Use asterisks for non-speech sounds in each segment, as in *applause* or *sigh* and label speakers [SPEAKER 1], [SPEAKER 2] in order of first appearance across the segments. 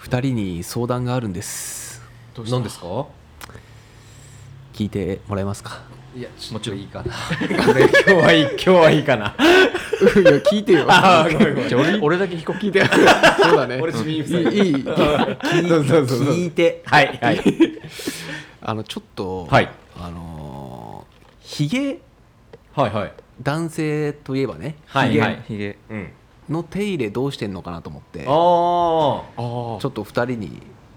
[SPEAKER 1] 2人に相談があるんです
[SPEAKER 2] どうした
[SPEAKER 3] 何ですか
[SPEAKER 1] 聞いてもらえますか
[SPEAKER 2] いやちょっといいかな
[SPEAKER 3] こ *laughs* れ今日はいい今日はいいかな
[SPEAKER 1] *laughs* いや聞いてよ
[SPEAKER 3] あーごめ
[SPEAKER 1] *laughs*
[SPEAKER 3] んごめん
[SPEAKER 2] じゃあ俺俺だけ飛行機
[SPEAKER 1] 聞いて *laughs* そうだね
[SPEAKER 3] 俺ちみゆ
[SPEAKER 1] い
[SPEAKER 3] き
[SPEAKER 1] い
[SPEAKER 3] さん
[SPEAKER 1] いい
[SPEAKER 3] そうそうそう
[SPEAKER 1] 聞いて
[SPEAKER 3] はい
[SPEAKER 1] *laughs*
[SPEAKER 3] はい
[SPEAKER 1] あのちょっと、
[SPEAKER 3] はい
[SPEAKER 1] あのひげ
[SPEAKER 3] はいはい
[SPEAKER 1] 男性といえばね、
[SPEAKER 3] はい
[SPEAKER 1] ひげ
[SPEAKER 2] *laughs*
[SPEAKER 3] はい
[SPEAKER 2] ひげ
[SPEAKER 3] うん
[SPEAKER 1] の手入れどうしてんのかなと思ってちょ
[SPEAKER 3] ああ
[SPEAKER 2] あ
[SPEAKER 1] っと2人に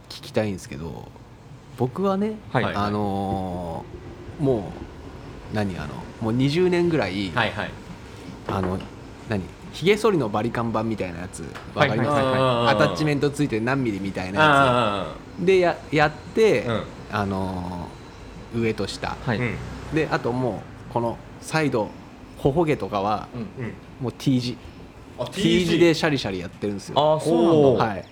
[SPEAKER 1] 聞きたいんですけど僕はね、
[SPEAKER 2] はい
[SPEAKER 3] はい
[SPEAKER 1] あのーもう何あのもう20年ぐらい、
[SPEAKER 3] はいはい
[SPEAKER 1] あの何ひげ剃りのバリカン版みたいなやつわかります、
[SPEAKER 2] はいはいは
[SPEAKER 1] ア
[SPEAKER 2] い
[SPEAKER 1] タッチメントついて何ミリみたいなや
[SPEAKER 3] あ
[SPEAKER 1] つでややって、
[SPEAKER 3] ーうん
[SPEAKER 1] あのー上と下
[SPEAKER 2] はい、
[SPEAKER 3] うん
[SPEAKER 1] であともうこのサイド頬毛とかは
[SPEAKER 2] うん
[SPEAKER 3] うん
[SPEAKER 1] もう T 字
[SPEAKER 3] あ
[SPEAKER 1] T 字でシャリシャリやってるんですよ
[SPEAKER 2] ああそうなんだ、
[SPEAKER 3] おー
[SPEAKER 1] はい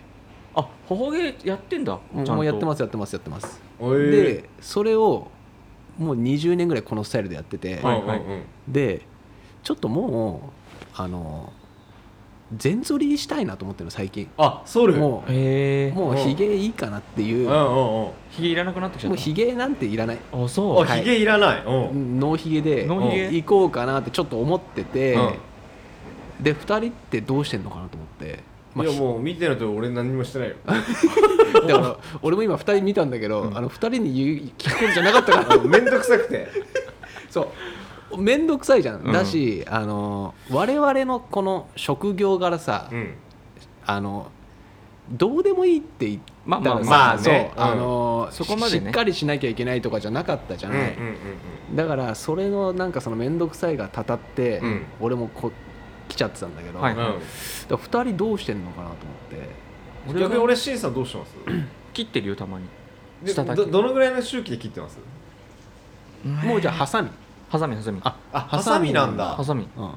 [SPEAKER 2] あ頬毛やってんだ
[SPEAKER 1] もうもうやってますすやってますやってます
[SPEAKER 3] おい
[SPEAKER 1] でそれをもう20年ぐらいこのスタイルでやってて、
[SPEAKER 3] はい
[SPEAKER 2] は
[SPEAKER 3] はいいうん
[SPEAKER 1] でちょっともうあの全剃りしたいなと思ってるの最近
[SPEAKER 3] あソル
[SPEAKER 1] もう
[SPEAKER 2] へえも
[SPEAKER 1] もうひげいいかなっていうう、
[SPEAKER 3] んうんうん
[SPEAKER 2] うひげいらなくなってきちゃった
[SPEAKER 1] もうひげなんていらない
[SPEAKER 2] あそう
[SPEAKER 3] あ
[SPEAKER 1] はい
[SPEAKER 3] ひげいらないうん
[SPEAKER 1] ノーひげで
[SPEAKER 3] ー
[SPEAKER 2] ノ
[SPEAKER 3] ヒゲ
[SPEAKER 1] 行こうかなってちょっと思ってて、で2人ってどうしてんのかなと思って、まあ
[SPEAKER 3] いやもう見てると俺何もしてないよ
[SPEAKER 1] *laughs* だから俺も今2人見たんだけど、あの2人に言う聞くことじゃなかったから
[SPEAKER 3] *laughs* あのめんどくさくて
[SPEAKER 1] そう面倒くさいじゃん、
[SPEAKER 2] うん
[SPEAKER 1] だしあの我々のこの職業柄さ、
[SPEAKER 3] うん
[SPEAKER 1] あのどうでもいいって言ったらさ、
[SPEAKER 2] まあま
[SPEAKER 3] あまあね
[SPEAKER 1] そう
[SPEAKER 3] うん
[SPEAKER 1] あの
[SPEAKER 2] そこまでね
[SPEAKER 1] しっかりしなきゃいけないとかじゃなかったじゃ
[SPEAKER 3] うんうん
[SPEAKER 1] な
[SPEAKER 3] う
[SPEAKER 1] い、
[SPEAKER 3] ん
[SPEAKER 1] だからそれのなんかその面倒くさいがたたって、
[SPEAKER 3] うん
[SPEAKER 1] 俺もこ来ちゃってたんだけど、
[SPEAKER 2] はい
[SPEAKER 3] うんうん
[SPEAKER 1] だから2人どうしてんのかなと思って
[SPEAKER 2] 俺は
[SPEAKER 3] 逆に俺シンさんどうしてます
[SPEAKER 2] 切ってるよたまに
[SPEAKER 3] で
[SPEAKER 2] 下だけ
[SPEAKER 3] どどのぐらいの周期で切ってます
[SPEAKER 1] もうじゃあハサミ
[SPEAKER 2] ハサミハサミ
[SPEAKER 1] あ
[SPEAKER 3] あハサミなんだ
[SPEAKER 2] ハ
[SPEAKER 3] ハ
[SPEAKER 2] サミ
[SPEAKER 1] うん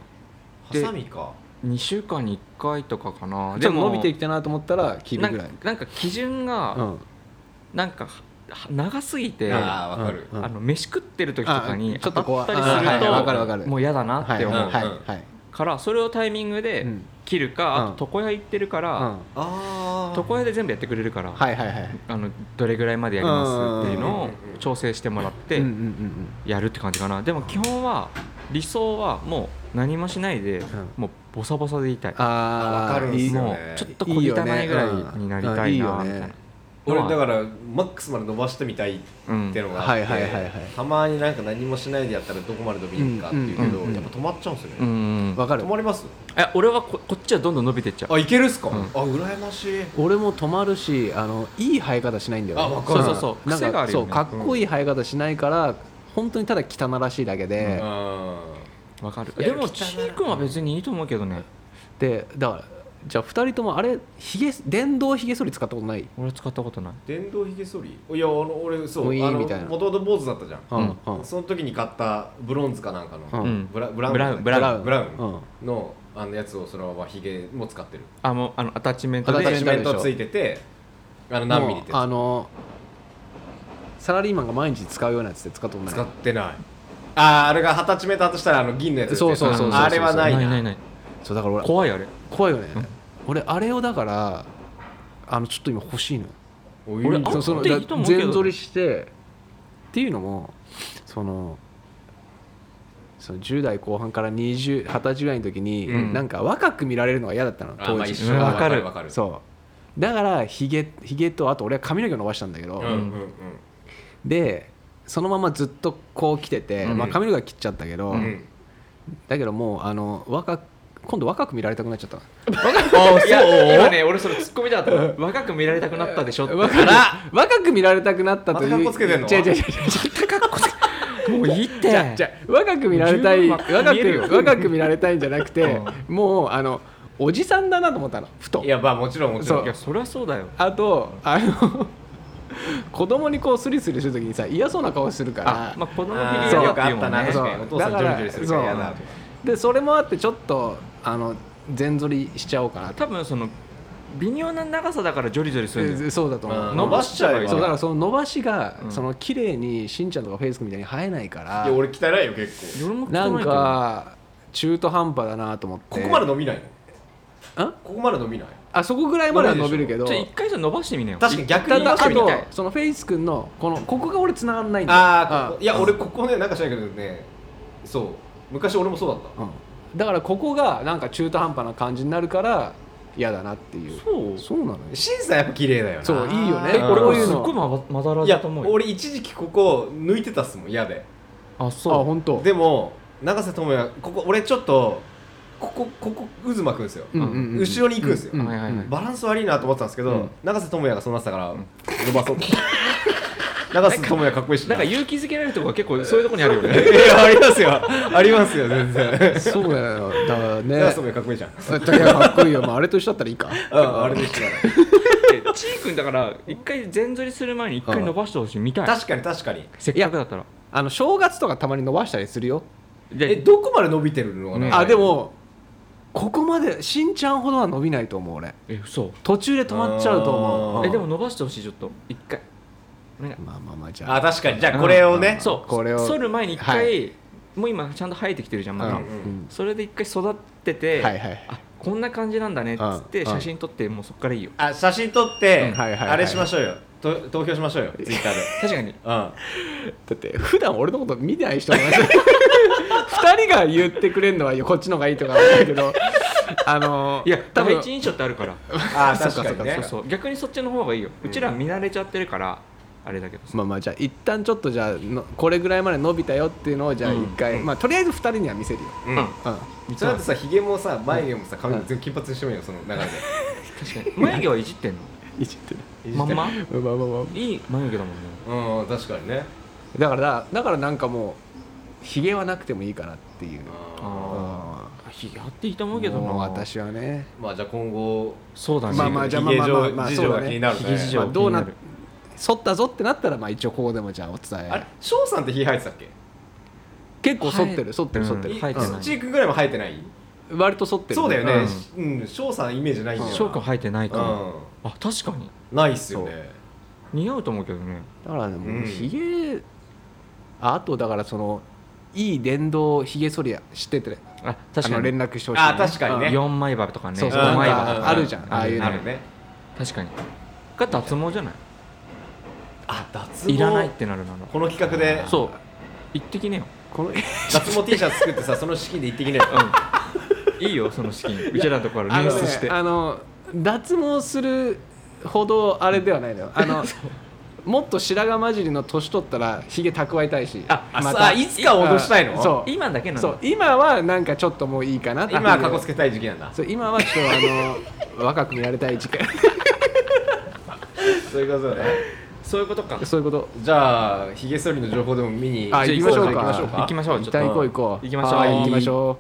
[SPEAKER 2] で
[SPEAKER 3] サミか
[SPEAKER 2] 2週間に1回とかかな
[SPEAKER 1] ちょっと伸びてきたなと思ったら切るぐらい
[SPEAKER 2] なんかなんか基準
[SPEAKER 1] う
[SPEAKER 2] が
[SPEAKER 1] ん
[SPEAKER 2] なんかは長すぎてあ
[SPEAKER 3] ああわかる
[SPEAKER 1] うん
[SPEAKER 2] の飯食ってる時とかに
[SPEAKER 1] あちょっとこう
[SPEAKER 2] 当たっ
[SPEAKER 1] あ
[SPEAKER 2] たりす
[SPEAKER 3] はいはいわか
[SPEAKER 1] るわか
[SPEAKER 2] る
[SPEAKER 1] る
[SPEAKER 2] ともう嫌だなっ
[SPEAKER 1] はい
[SPEAKER 2] て
[SPEAKER 1] はい
[SPEAKER 2] 思う
[SPEAKER 1] はい
[SPEAKER 3] うん
[SPEAKER 1] はい
[SPEAKER 2] からそれをタイミングで
[SPEAKER 1] うん
[SPEAKER 2] 切るか
[SPEAKER 1] うん
[SPEAKER 2] あと床屋行ってるか
[SPEAKER 1] うん
[SPEAKER 2] ら
[SPEAKER 3] ああ
[SPEAKER 2] 床屋で全部やってくれるから
[SPEAKER 1] はいはいはい
[SPEAKER 2] あのどれぐらいまでやりますっていうの
[SPEAKER 3] う
[SPEAKER 2] を
[SPEAKER 3] んうんうん
[SPEAKER 2] 調整してもらって
[SPEAKER 1] うんうんうん
[SPEAKER 2] やるって感じかなでも基本は理想はもう何もしないで
[SPEAKER 1] ん
[SPEAKER 2] もうボサボサでいたい
[SPEAKER 1] あー
[SPEAKER 3] わかるんすよ
[SPEAKER 2] もう
[SPEAKER 3] ね
[SPEAKER 2] ちょっと小汚いぐらいになりたいなみたいな
[SPEAKER 3] 俺だからマックスまで伸ばしてみたいっ
[SPEAKER 2] うん
[SPEAKER 3] てのがあ
[SPEAKER 1] はい
[SPEAKER 3] って
[SPEAKER 1] はいはいはい
[SPEAKER 3] たまになんか何もしないでやったらどこまで伸びるかっていうけ
[SPEAKER 2] う
[SPEAKER 3] ど
[SPEAKER 2] んうんうん
[SPEAKER 3] やっぱ止まっちゃうんです
[SPEAKER 2] う
[SPEAKER 3] よね
[SPEAKER 2] ん
[SPEAKER 1] わかる
[SPEAKER 3] 止まります
[SPEAKER 2] いや俺はここっちはどんどん伸びてっちゃう
[SPEAKER 3] あいけるっすか
[SPEAKER 2] うん
[SPEAKER 3] あ羨ましい
[SPEAKER 1] 俺も止まるしあのいい生え方しないんだよ、
[SPEAKER 3] あわかる
[SPEAKER 2] そうそうそう
[SPEAKER 1] なんか
[SPEAKER 2] 癖があるよね
[SPEAKER 1] そうかっこいい生え方しないから、本当にただ汚らしいだけで、
[SPEAKER 3] う
[SPEAKER 2] わかる
[SPEAKER 3] いや
[SPEAKER 2] でも
[SPEAKER 3] 汚い
[SPEAKER 2] ちーくんは別にいいと思うけどね
[SPEAKER 1] でだからじゃあ2人ともあれひげ電動ひげ剃り使ったことない
[SPEAKER 2] 俺は使ったことない
[SPEAKER 3] ん電動ひげ剃りいやあの俺そう
[SPEAKER 1] ウィーン
[SPEAKER 3] あの
[SPEAKER 1] みたいな
[SPEAKER 3] もともと坊主だったじゃん
[SPEAKER 1] うんうん
[SPEAKER 3] その時に買ったブロンズかなんか
[SPEAKER 1] う
[SPEAKER 3] の
[SPEAKER 2] ん
[SPEAKER 3] ブラブラウン
[SPEAKER 2] ブラウンブラ
[SPEAKER 3] ブラウ
[SPEAKER 1] う
[SPEAKER 3] ン
[SPEAKER 1] ん
[SPEAKER 3] のあのやつをそのままヒゲも使ってる
[SPEAKER 2] あもうあのアタッチメント
[SPEAKER 1] ア
[SPEAKER 3] ア
[SPEAKER 1] タ
[SPEAKER 3] タ
[SPEAKER 1] ッ
[SPEAKER 3] ッ
[SPEAKER 1] チ
[SPEAKER 3] チ
[SPEAKER 1] メ
[SPEAKER 3] メ
[SPEAKER 1] ン
[SPEAKER 3] ン
[SPEAKER 1] ト
[SPEAKER 3] ト
[SPEAKER 1] でしょ
[SPEAKER 3] ついててあの何ミリって
[SPEAKER 1] もうあ
[SPEAKER 3] や
[SPEAKER 1] のサラリーマンが毎日使うようなやつで使ったこと
[SPEAKER 3] つ
[SPEAKER 1] ない
[SPEAKER 3] 使ってないあーあれが二十歳メーターとしたらあの銀のやつですね
[SPEAKER 1] そうそうそうそう
[SPEAKER 3] あれはない
[SPEAKER 2] ないな
[SPEAKER 3] ない
[SPEAKER 2] ない
[SPEAKER 1] そうだから俺
[SPEAKER 2] 怖いあれ
[SPEAKER 1] 怖いよね、俺あれをだからあのちょっと今欲しいのよ
[SPEAKER 3] お
[SPEAKER 2] 俺
[SPEAKER 3] いい
[SPEAKER 2] あ
[SPEAKER 3] ぞ
[SPEAKER 1] の
[SPEAKER 2] っていいと思うけど
[SPEAKER 1] 全剃りしてっていうのもそのその10代後半から20 20歳ぐらいの時に、
[SPEAKER 3] うん
[SPEAKER 1] なんか若く見られるのが嫌だったの
[SPEAKER 3] あま
[SPEAKER 1] 当
[SPEAKER 3] あ一
[SPEAKER 1] 時、
[SPEAKER 3] 緒
[SPEAKER 2] うん
[SPEAKER 3] わか
[SPEAKER 2] わ
[SPEAKER 3] るわかる
[SPEAKER 1] そうだからひげひげとあと俺は髪の毛を伸ばしたんだけど、
[SPEAKER 3] うんうんうん
[SPEAKER 1] でそのままずっとこう来てて、
[SPEAKER 3] うん
[SPEAKER 1] まあ、髪の毛は切っちゃったけど、
[SPEAKER 3] うん
[SPEAKER 1] だけどもうあの若く今度若く見られたくなっちゃったの
[SPEAKER 2] あそう今ね俺それ突っ込みだった若く見られたくなったでしょって
[SPEAKER 1] 若く若く見られたくなったという
[SPEAKER 3] また格好つけてんの
[SPEAKER 1] 違う違う違う違う
[SPEAKER 2] もういいって
[SPEAKER 1] じゃじゃ若く見られたい
[SPEAKER 2] 十分
[SPEAKER 1] 若
[SPEAKER 2] 若く見えるよ
[SPEAKER 1] く若く見られたいんじゃなくてもうあのおじさんだなと思ったのふと
[SPEAKER 3] いやまあもちろんもち
[SPEAKER 1] そ
[SPEAKER 3] ろん
[SPEAKER 1] う
[SPEAKER 2] いやそりゃそうだよ
[SPEAKER 1] あとあの *laughs* 子供にこうスリスリするときにさ嫌そうな顔するから
[SPEAKER 2] まあ子供
[SPEAKER 3] あ
[SPEAKER 2] フィ
[SPEAKER 3] ー
[SPEAKER 2] ギュア
[SPEAKER 1] そう
[SPEAKER 2] よ
[SPEAKER 3] よ
[SPEAKER 2] く
[SPEAKER 3] くあ
[SPEAKER 2] 言う
[SPEAKER 3] っ
[SPEAKER 2] も
[SPEAKER 3] た
[SPEAKER 2] ん
[SPEAKER 3] な
[SPEAKER 2] ね
[SPEAKER 3] 確
[SPEAKER 1] そう
[SPEAKER 3] かにお父さんジョリジョリするから嫌だ
[SPEAKER 1] だかでそれもあってちょっとあの全剃りしちゃおうかなと
[SPEAKER 2] 多分その微妙な長さだからジョリジョリするんだよ
[SPEAKER 1] えそうだと思う、
[SPEAKER 3] うん
[SPEAKER 2] 伸ばしちゃえば
[SPEAKER 1] そうだからその伸ばしが、
[SPEAKER 2] うん
[SPEAKER 1] その綺麗にしんちゃんとかフェイス君みたいに生えないから
[SPEAKER 3] いや俺汚いよ結
[SPEAKER 2] 俺も汚いけ
[SPEAKER 1] な
[SPEAKER 2] ど
[SPEAKER 1] んか中途半端だなと思って
[SPEAKER 3] 構ここまで伸びないの
[SPEAKER 1] ん
[SPEAKER 3] ここまで伸びない
[SPEAKER 1] あそこぐらいまでは伸びるけ
[SPEAKER 2] ちょ
[SPEAKER 1] ど
[SPEAKER 2] っと一回じゃ伸ばしてみなよ
[SPEAKER 3] 確かに逆
[SPEAKER 1] た
[SPEAKER 3] に
[SPEAKER 1] だ
[SPEAKER 3] 伸
[SPEAKER 1] あ
[SPEAKER 3] ばしてみ
[SPEAKER 1] と
[SPEAKER 3] たい
[SPEAKER 1] そのフェイス君のこのここが俺繋がんないんだよ
[SPEAKER 3] あーここ
[SPEAKER 1] うん
[SPEAKER 3] いや俺ここねなんかしないけどねそう昔俺もそうだった
[SPEAKER 1] うんだからここがなんか中途半端な感じになるから嫌だなっていう
[SPEAKER 2] そう
[SPEAKER 1] そうなのよ
[SPEAKER 3] 審査やっぱ綺麗だよな
[SPEAKER 1] そういいよね
[SPEAKER 2] え俺
[SPEAKER 3] こ
[SPEAKER 2] も
[SPEAKER 3] ういう
[SPEAKER 2] すっ
[SPEAKER 1] の
[SPEAKER 2] ごいまばまだら
[SPEAKER 3] い
[SPEAKER 2] だ
[SPEAKER 3] や
[SPEAKER 2] と思うよ
[SPEAKER 3] 俺一時期ここ抜いてたっすもん嫌で
[SPEAKER 2] あ
[SPEAKER 1] あ
[SPEAKER 2] そう
[SPEAKER 1] 本当
[SPEAKER 3] でも永瀬智也ここ俺ちょっとここここ渦巻くんですよ、
[SPEAKER 1] うんうんうん
[SPEAKER 3] 後ろに行くんですよ
[SPEAKER 1] う
[SPEAKER 2] はいはいはい
[SPEAKER 3] バランス悪いなと思ってたんですけど、
[SPEAKER 1] うん
[SPEAKER 3] 永瀬智也がそうなってたから、伸ば
[SPEAKER 2] *laughs*
[SPEAKER 3] そうと永瀬智也かっこいいし
[SPEAKER 2] なんか
[SPEAKER 3] い
[SPEAKER 2] 勇気づけられるとこが結構そういうとこにあるよね
[SPEAKER 3] やありますよありますよ全然
[SPEAKER 1] そうだよだからね
[SPEAKER 3] 永瀬智也かっこいいじゃん
[SPEAKER 1] いやかっこいいよ、まあ、あれと一緒だったらいいか
[SPEAKER 3] うんあれでした
[SPEAKER 2] えチー君だから一回全反りする前に一回伸ばしてほしいみたい
[SPEAKER 3] 確かに確かに
[SPEAKER 2] せっかくだったら
[SPEAKER 1] あの正月とかたまに伸ばしたりするよ
[SPEAKER 2] で
[SPEAKER 3] えどこまで伸びてるのかな、
[SPEAKER 2] うん
[SPEAKER 1] あでもここまでしんちゃんほどは伸びないと思う俺
[SPEAKER 2] え嘘
[SPEAKER 1] 途中で止まっちゃうと思
[SPEAKER 3] あ
[SPEAKER 1] う
[SPEAKER 3] ー
[SPEAKER 1] うん
[SPEAKER 2] えでも伸ばしてほしいちょっと一回お願い
[SPEAKER 1] まあまあまあじゃ
[SPEAKER 3] あ
[SPEAKER 1] あ
[SPEAKER 3] 確かにじゃあこれをね、
[SPEAKER 2] そう
[SPEAKER 1] これを
[SPEAKER 2] 剃る前に一回、
[SPEAKER 1] は
[SPEAKER 2] もう今ちゃんと生えてきてるじゃんまだ、
[SPEAKER 1] うんうん
[SPEAKER 2] それで一回育ってて、
[SPEAKER 1] はいはい
[SPEAKER 2] あこんな感じなんだねっつって
[SPEAKER 1] うん
[SPEAKER 2] 写真撮ってもうそっからいいよ
[SPEAKER 3] あ写真撮って、
[SPEAKER 1] うんはいはいはい
[SPEAKER 3] あれしましょうよと投票しましょうよツイッ
[SPEAKER 2] *laughs*
[SPEAKER 3] ターで
[SPEAKER 2] 確かに
[SPEAKER 3] うん
[SPEAKER 1] だって普段俺のこと見ない人なんで *laughs* 二人が言ってくれるのはこっちのがいいとかなんだけ *laughs* どあの
[SPEAKER 2] いや
[SPEAKER 1] 多
[SPEAKER 2] 第
[SPEAKER 1] 分
[SPEAKER 2] 一印象ってあるから
[SPEAKER 3] あー確かにね
[SPEAKER 2] そうそう逆にそっちの方がいいようちら見慣れちゃってるからあれだけどさ
[SPEAKER 1] まあまあじゃあ一旦ちょっとじゃあのこれぐらいまで伸びたよっていうのをじゃあ一回、まあとりあえず二人には見せるよ、
[SPEAKER 3] うん
[SPEAKER 1] う
[SPEAKER 2] うん
[SPEAKER 1] ん、
[SPEAKER 3] それだってさひげもさ眉毛もさ髪も全部金髪にしてもいいよその流れで
[SPEAKER 2] 確かに眉毛はいじってんの
[SPEAKER 1] *laughs* いじってる
[SPEAKER 2] まんま
[SPEAKER 1] まあまあまあ
[SPEAKER 2] いい眉毛だもん
[SPEAKER 3] う
[SPEAKER 2] ね
[SPEAKER 3] ん確かにね
[SPEAKER 1] だからだからなんかもうひげはなくてもいいかなっていう
[SPEAKER 2] あ
[SPEAKER 1] あ
[SPEAKER 2] あひげあっていいと思
[SPEAKER 1] も
[SPEAKER 2] うけどな
[SPEAKER 1] う私はね
[SPEAKER 3] まあじゃあ今後
[SPEAKER 2] そうだね
[SPEAKER 1] まあまあじゃあ
[SPEAKER 3] ひげ
[SPEAKER 1] まあまあまあ
[SPEAKER 3] 事情
[SPEAKER 1] そう
[SPEAKER 3] が
[SPEAKER 1] だね
[SPEAKER 3] 気になる
[SPEAKER 2] ひげ事
[SPEAKER 3] ね
[SPEAKER 2] 情
[SPEAKER 1] まあどうな
[SPEAKER 2] 気になる
[SPEAKER 1] 剃ったぞってなったらまあ一応ここでもじゃあお伝
[SPEAKER 3] あれ
[SPEAKER 1] え
[SPEAKER 3] 翔さんってひげ生えてたっけ
[SPEAKER 1] 結構剃って
[SPEAKER 2] は
[SPEAKER 1] る
[SPEAKER 2] い
[SPEAKER 1] 剃ってる
[SPEAKER 2] うん
[SPEAKER 1] 剃ってる、
[SPEAKER 2] 生えてない
[SPEAKER 3] チークぐらいも生えてない
[SPEAKER 1] 割と剃ってる
[SPEAKER 3] そうだよねうん翔さんイメージないんだよな
[SPEAKER 2] 翔くん生えてないか
[SPEAKER 3] う
[SPEAKER 2] ら
[SPEAKER 3] ん
[SPEAKER 2] あ確かに
[SPEAKER 3] ないっすよね
[SPEAKER 2] 似合うと思うけどね
[SPEAKER 1] だからねも
[SPEAKER 3] う
[SPEAKER 1] うんひげ、ああとだからそのいい電動ひげ剃り知ってて、ね、
[SPEAKER 2] あ
[SPEAKER 1] あ
[SPEAKER 2] 確か
[SPEAKER 1] の
[SPEAKER 2] に
[SPEAKER 1] 連絡してほしい、
[SPEAKER 3] あ確かにね
[SPEAKER 2] 4枚刃とかね
[SPEAKER 1] そう
[SPEAKER 3] そう
[SPEAKER 2] 5枚刃
[SPEAKER 3] な
[SPEAKER 2] と
[SPEAKER 3] ん
[SPEAKER 2] か
[SPEAKER 3] かある
[SPEAKER 1] じゃんああいうの
[SPEAKER 3] なるね
[SPEAKER 2] 確かにが脱毛じゃない
[SPEAKER 3] あ脱毛
[SPEAKER 2] いらないってなるなら
[SPEAKER 3] この企画で
[SPEAKER 2] そう一滴ねよ
[SPEAKER 1] この
[SPEAKER 3] 脱毛 T シャツ作ってさその資金で行ってきねよ
[SPEAKER 2] いいよその資金うちらのところ
[SPEAKER 1] あ
[SPEAKER 2] 捻
[SPEAKER 1] の
[SPEAKER 2] 出して
[SPEAKER 1] ねあの脱毛するほどあれではないのよあのもっと白髪混じりの年取ったらひげ蓄えたいし
[SPEAKER 2] あ
[SPEAKER 3] あさあいつか脅したいの
[SPEAKER 1] そ
[SPEAKER 2] 今だけな
[SPEAKER 1] そ
[SPEAKER 2] の
[SPEAKER 1] う今はなんかちょっともういいかなっていう
[SPEAKER 3] 今はかこつけたい時期なんだ
[SPEAKER 1] そう今はちょっとあの若く見られたい時期
[SPEAKER 3] そういうことね
[SPEAKER 2] そういうことか
[SPEAKER 1] そういうこと
[SPEAKER 3] じゃあひげ剃りの情報でも見に
[SPEAKER 1] あ
[SPEAKER 2] じゃ
[SPEAKER 1] 行
[SPEAKER 2] あ
[SPEAKER 1] きましょうか
[SPEAKER 3] 行きましょうか
[SPEAKER 2] 行きましょうち
[SPEAKER 1] 一
[SPEAKER 2] ょっと
[SPEAKER 1] 旦行こう行こう
[SPEAKER 2] 行きましょう
[SPEAKER 1] はい行きましょ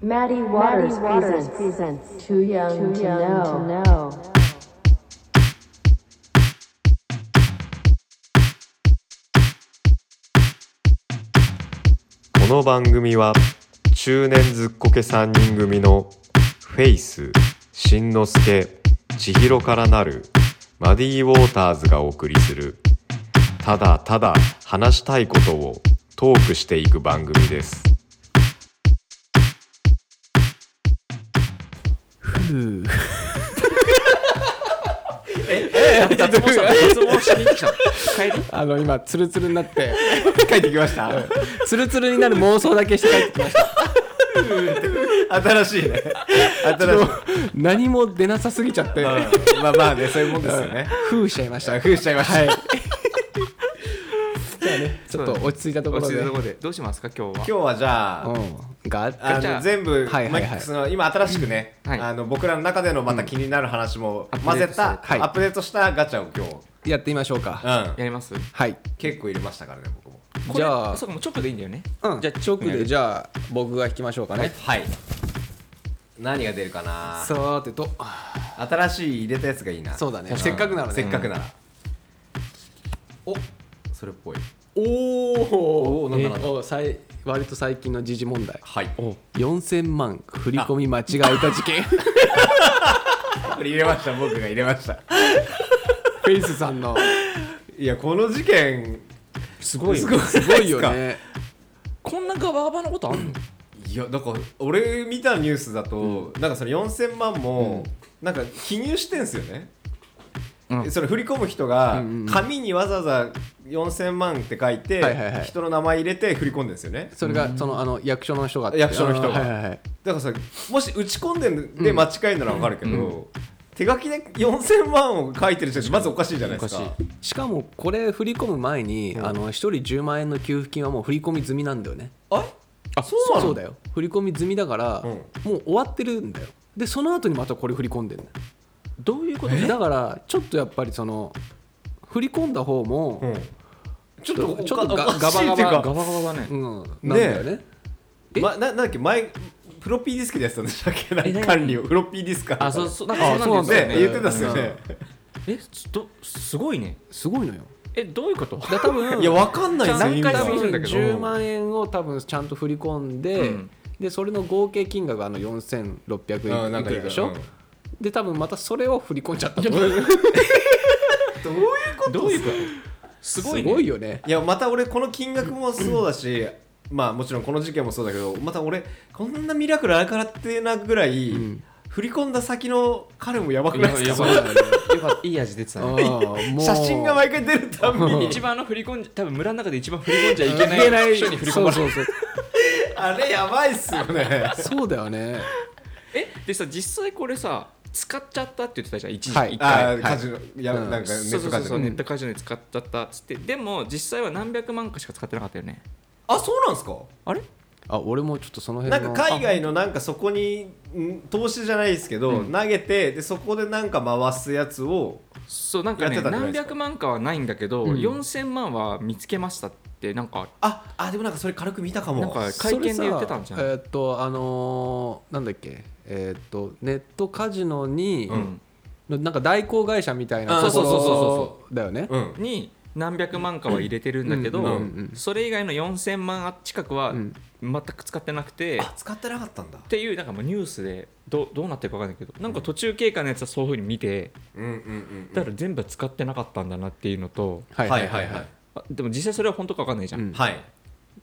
[SPEAKER 4] Maddie Waters, presents, Too Young, to, know.
[SPEAKER 5] この番組は中年ずっこけ3人組のフェイス、しんのすけ、ちひろからなるマディ・ウォーターズがお送りするただただ話したいことをトークしていく番組です。
[SPEAKER 2] *laughs* 脱毛した脱毛しに来た帰り
[SPEAKER 1] うあの今ツルツルになって *laughs*
[SPEAKER 3] 帰ってきました
[SPEAKER 1] ツルツルになる妄想だけして帰ってきました
[SPEAKER 3] 新しいね新しい
[SPEAKER 1] 何も出なさすぎちゃって
[SPEAKER 3] うんまあまあねそういうもんですよね
[SPEAKER 1] 封しちゃい *laughs* ました
[SPEAKER 3] 封しちゃいました
[SPEAKER 1] はいじゃあねちょっと落ち着いたとこ
[SPEAKER 2] 落
[SPEAKER 1] ろ
[SPEAKER 2] ち着い
[SPEAKER 1] で
[SPEAKER 2] たところでどうしますか今日
[SPEAKER 3] 今
[SPEAKER 2] は
[SPEAKER 3] 日はじゃあ
[SPEAKER 1] うんが
[SPEAKER 3] あ
[SPEAKER 2] じゃあ
[SPEAKER 3] の全部マ
[SPEAKER 1] はいはいはい
[SPEAKER 3] ックスの今新しくね
[SPEAKER 2] はい
[SPEAKER 3] あの僕らの中でのまた気になる話も
[SPEAKER 2] うん
[SPEAKER 3] 混ぜ
[SPEAKER 2] ア
[SPEAKER 3] た
[SPEAKER 1] ップデートされた
[SPEAKER 3] アップデートしたガチャを今
[SPEAKER 1] やってみましょうか
[SPEAKER 3] 日うん
[SPEAKER 2] やります
[SPEAKER 1] はい
[SPEAKER 3] 結構入れましたからね僕も
[SPEAKER 2] これ
[SPEAKER 1] じゃあ
[SPEAKER 2] そうかもうチョップでいいんだよね
[SPEAKER 1] うんじ
[SPEAKER 2] じゃ
[SPEAKER 1] ゃ
[SPEAKER 2] あ
[SPEAKER 1] あ直
[SPEAKER 2] うん
[SPEAKER 1] でじゃあ僕が引きましょうかね
[SPEAKER 3] はい何が出るかな
[SPEAKER 1] さーてと
[SPEAKER 3] 新しい入れたやつがいいな
[SPEAKER 1] そうだね
[SPEAKER 3] ん
[SPEAKER 1] せっかくならね
[SPEAKER 3] せっかくならおそれっぽい
[SPEAKER 1] お
[SPEAKER 3] おーなんだなんだ
[SPEAKER 1] おさい割と最近の時事問題
[SPEAKER 3] はい
[SPEAKER 1] *laughs* 4000万振り込み間違えた事件
[SPEAKER 3] これ入れました僕が入れました
[SPEAKER 1] フェイスさんの
[SPEAKER 3] いやこの事件
[SPEAKER 1] すごい
[SPEAKER 3] す
[SPEAKER 1] よ
[SPEAKER 3] ごい
[SPEAKER 1] ねすごいよね
[SPEAKER 2] こんなガバガバなことあんの
[SPEAKER 3] いやなんか俺見たニュースだと、なんかその4000万も、なんか記入してんすよね、
[SPEAKER 2] うん
[SPEAKER 3] それ振り込む人が
[SPEAKER 1] うんうん
[SPEAKER 3] 紙にわざわざ4000万って書いて、
[SPEAKER 1] はいはいはい
[SPEAKER 3] 人の名前入れて振り込んでんですよね
[SPEAKER 1] それがそのあの役所の人がって
[SPEAKER 3] 役所の人が
[SPEAKER 1] あーはいはいはい
[SPEAKER 3] だからさもし打ち込んでんで間違いならわかるけど、手書きで4000万を書いてる人ってまずおかしいじゃないですか
[SPEAKER 2] おか
[SPEAKER 1] しかもこれ振り込む前に、あの1人10万円の給付金はもう振り込み済みなんだよね
[SPEAKER 3] あ
[SPEAKER 1] あ
[SPEAKER 3] そうなの
[SPEAKER 1] そうだよ振り込み済みだから、
[SPEAKER 3] うん
[SPEAKER 1] もう終わってるんだよでその後にまたこれ振り込んでるどういうことだからちょっとやっぱりその振り込んだ方も、
[SPEAKER 3] うんちょっと
[SPEAKER 1] ちょっと
[SPEAKER 3] お
[SPEAKER 1] がガバガ
[SPEAKER 3] かおかしいっていう
[SPEAKER 1] バ
[SPEAKER 3] か
[SPEAKER 2] ガバガバだね
[SPEAKER 1] うん、なんだよねえ
[SPEAKER 3] ま、ななんだっけ前フロッピーディスクでやってたんでしたっけなんか
[SPEAKER 2] え何
[SPEAKER 3] 管理をフロッピーディスクか
[SPEAKER 2] あそうそうなん
[SPEAKER 1] あ
[SPEAKER 2] かそんなんですよ
[SPEAKER 3] ね
[SPEAKER 2] ね
[SPEAKER 3] 言ってたっすよね、
[SPEAKER 2] えちょっとすごいね
[SPEAKER 1] すごいのよ
[SPEAKER 2] えどういうこと
[SPEAKER 1] だ多分
[SPEAKER 3] *laughs* いやわかんないですよ
[SPEAKER 2] 何
[SPEAKER 3] 意味
[SPEAKER 2] 回
[SPEAKER 3] が
[SPEAKER 1] 多
[SPEAKER 2] も
[SPEAKER 1] 分
[SPEAKER 2] だけど
[SPEAKER 1] 10万円を多分ちゃんと振り込んで、
[SPEAKER 2] うん
[SPEAKER 1] でそれの合計金額があの4600
[SPEAKER 3] うんないんか
[SPEAKER 1] く
[SPEAKER 3] いい
[SPEAKER 1] らで
[SPEAKER 3] から
[SPEAKER 1] しょ、
[SPEAKER 3] うん
[SPEAKER 1] で多分またそれを振り込んじゃ
[SPEAKER 3] *laughs*
[SPEAKER 1] った
[SPEAKER 3] どういうこと
[SPEAKER 2] どういうことすごいね
[SPEAKER 1] よね
[SPEAKER 3] いやまた俺この金額もそうだしまあもちろんこの事件もそうだけどまた俺こんなミラクルあやからってなぐらい、
[SPEAKER 1] ん
[SPEAKER 3] 振り込んだ先の彼もやばくないです
[SPEAKER 2] や
[SPEAKER 3] か
[SPEAKER 2] ばいよかったいい味出てたね
[SPEAKER 3] 写真が
[SPEAKER 1] い
[SPEAKER 3] 毎回出るたんびに
[SPEAKER 2] *laughs* 一番あの振り込んじゃ多分村の中で一番振り込んじゃいけ
[SPEAKER 1] け
[SPEAKER 2] な
[SPEAKER 1] ないい
[SPEAKER 2] 人に振り込まれ
[SPEAKER 1] そ
[SPEAKER 2] る
[SPEAKER 1] うそうそう
[SPEAKER 3] あれやばいっすよ
[SPEAKER 2] *laughs*
[SPEAKER 3] ね
[SPEAKER 1] そうだよね
[SPEAKER 2] えでさ実際これさ使っちゃったって言ってたじゃん一時
[SPEAKER 1] はい
[SPEAKER 2] 一回
[SPEAKER 3] あ
[SPEAKER 1] い
[SPEAKER 3] ーカジノいや
[SPEAKER 1] うん
[SPEAKER 3] なんかネ
[SPEAKER 2] そうそ
[SPEAKER 3] ット
[SPEAKER 2] うそ
[SPEAKER 3] カ
[SPEAKER 2] う
[SPEAKER 3] ジ
[SPEAKER 2] そう
[SPEAKER 3] ノ
[SPEAKER 2] ネットカジノで使っちゃったっつってでも実際は何百万かしか使ってなかったよね
[SPEAKER 3] あそうなんですか
[SPEAKER 2] あれ
[SPEAKER 1] あ俺もちょっとその
[SPEAKER 3] な
[SPEAKER 1] 辺
[SPEAKER 3] ん
[SPEAKER 1] の
[SPEAKER 3] か海外のなんかそこにん投資じゃないですけど、投げてでそこでなんか回すやつを
[SPEAKER 2] そうなんか
[SPEAKER 3] や
[SPEAKER 2] ね
[SPEAKER 3] ってたんじゃない
[SPEAKER 2] 何
[SPEAKER 3] ですか
[SPEAKER 2] 百万かはないんだけど、4000万は見つけましたってなんか
[SPEAKER 3] ああでもなんかそれ軽く見たかも
[SPEAKER 2] なんか
[SPEAKER 1] それさ
[SPEAKER 2] 会見で言ってたんじゃない
[SPEAKER 1] えーっとあのーなんだっけえーっとネットカジノに
[SPEAKER 2] うん
[SPEAKER 1] のなんか代行会社みたいな
[SPEAKER 3] あ
[SPEAKER 1] とこ
[SPEAKER 2] そうそうそう
[SPEAKER 1] ろ
[SPEAKER 2] そ
[SPEAKER 1] だよね
[SPEAKER 3] うん
[SPEAKER 2] に何百万かは入れてるんだけど、
[SPEAKER 1] うん
[SPEAKER 3] うん
[SPEAKER 1] うん
[SPEAKER 2] それ以外の4000万近くは
[SPEAKER 1] うん
[SPEAKER 2] 全く使ってなくて、
[SPEAKER 3] あ使ってなかったんだ
[SPEAKER 2] っていうなんかもうニュースでどどうなってるか分かんないけどなんか途中経過のやつはそういうふうに見て
[SPEAKER 3] うんうんうん
[SPEAKER 2] だから全部使ってなかったんだなっていうのと
[SPEAKER 1] は
[SPEAKER 3] はいはいはい
[SPEAKER 2] あでも実際それは本当か分かんないじゃん、
[SPEAKER 1] うん
[SPEAKER 3] はい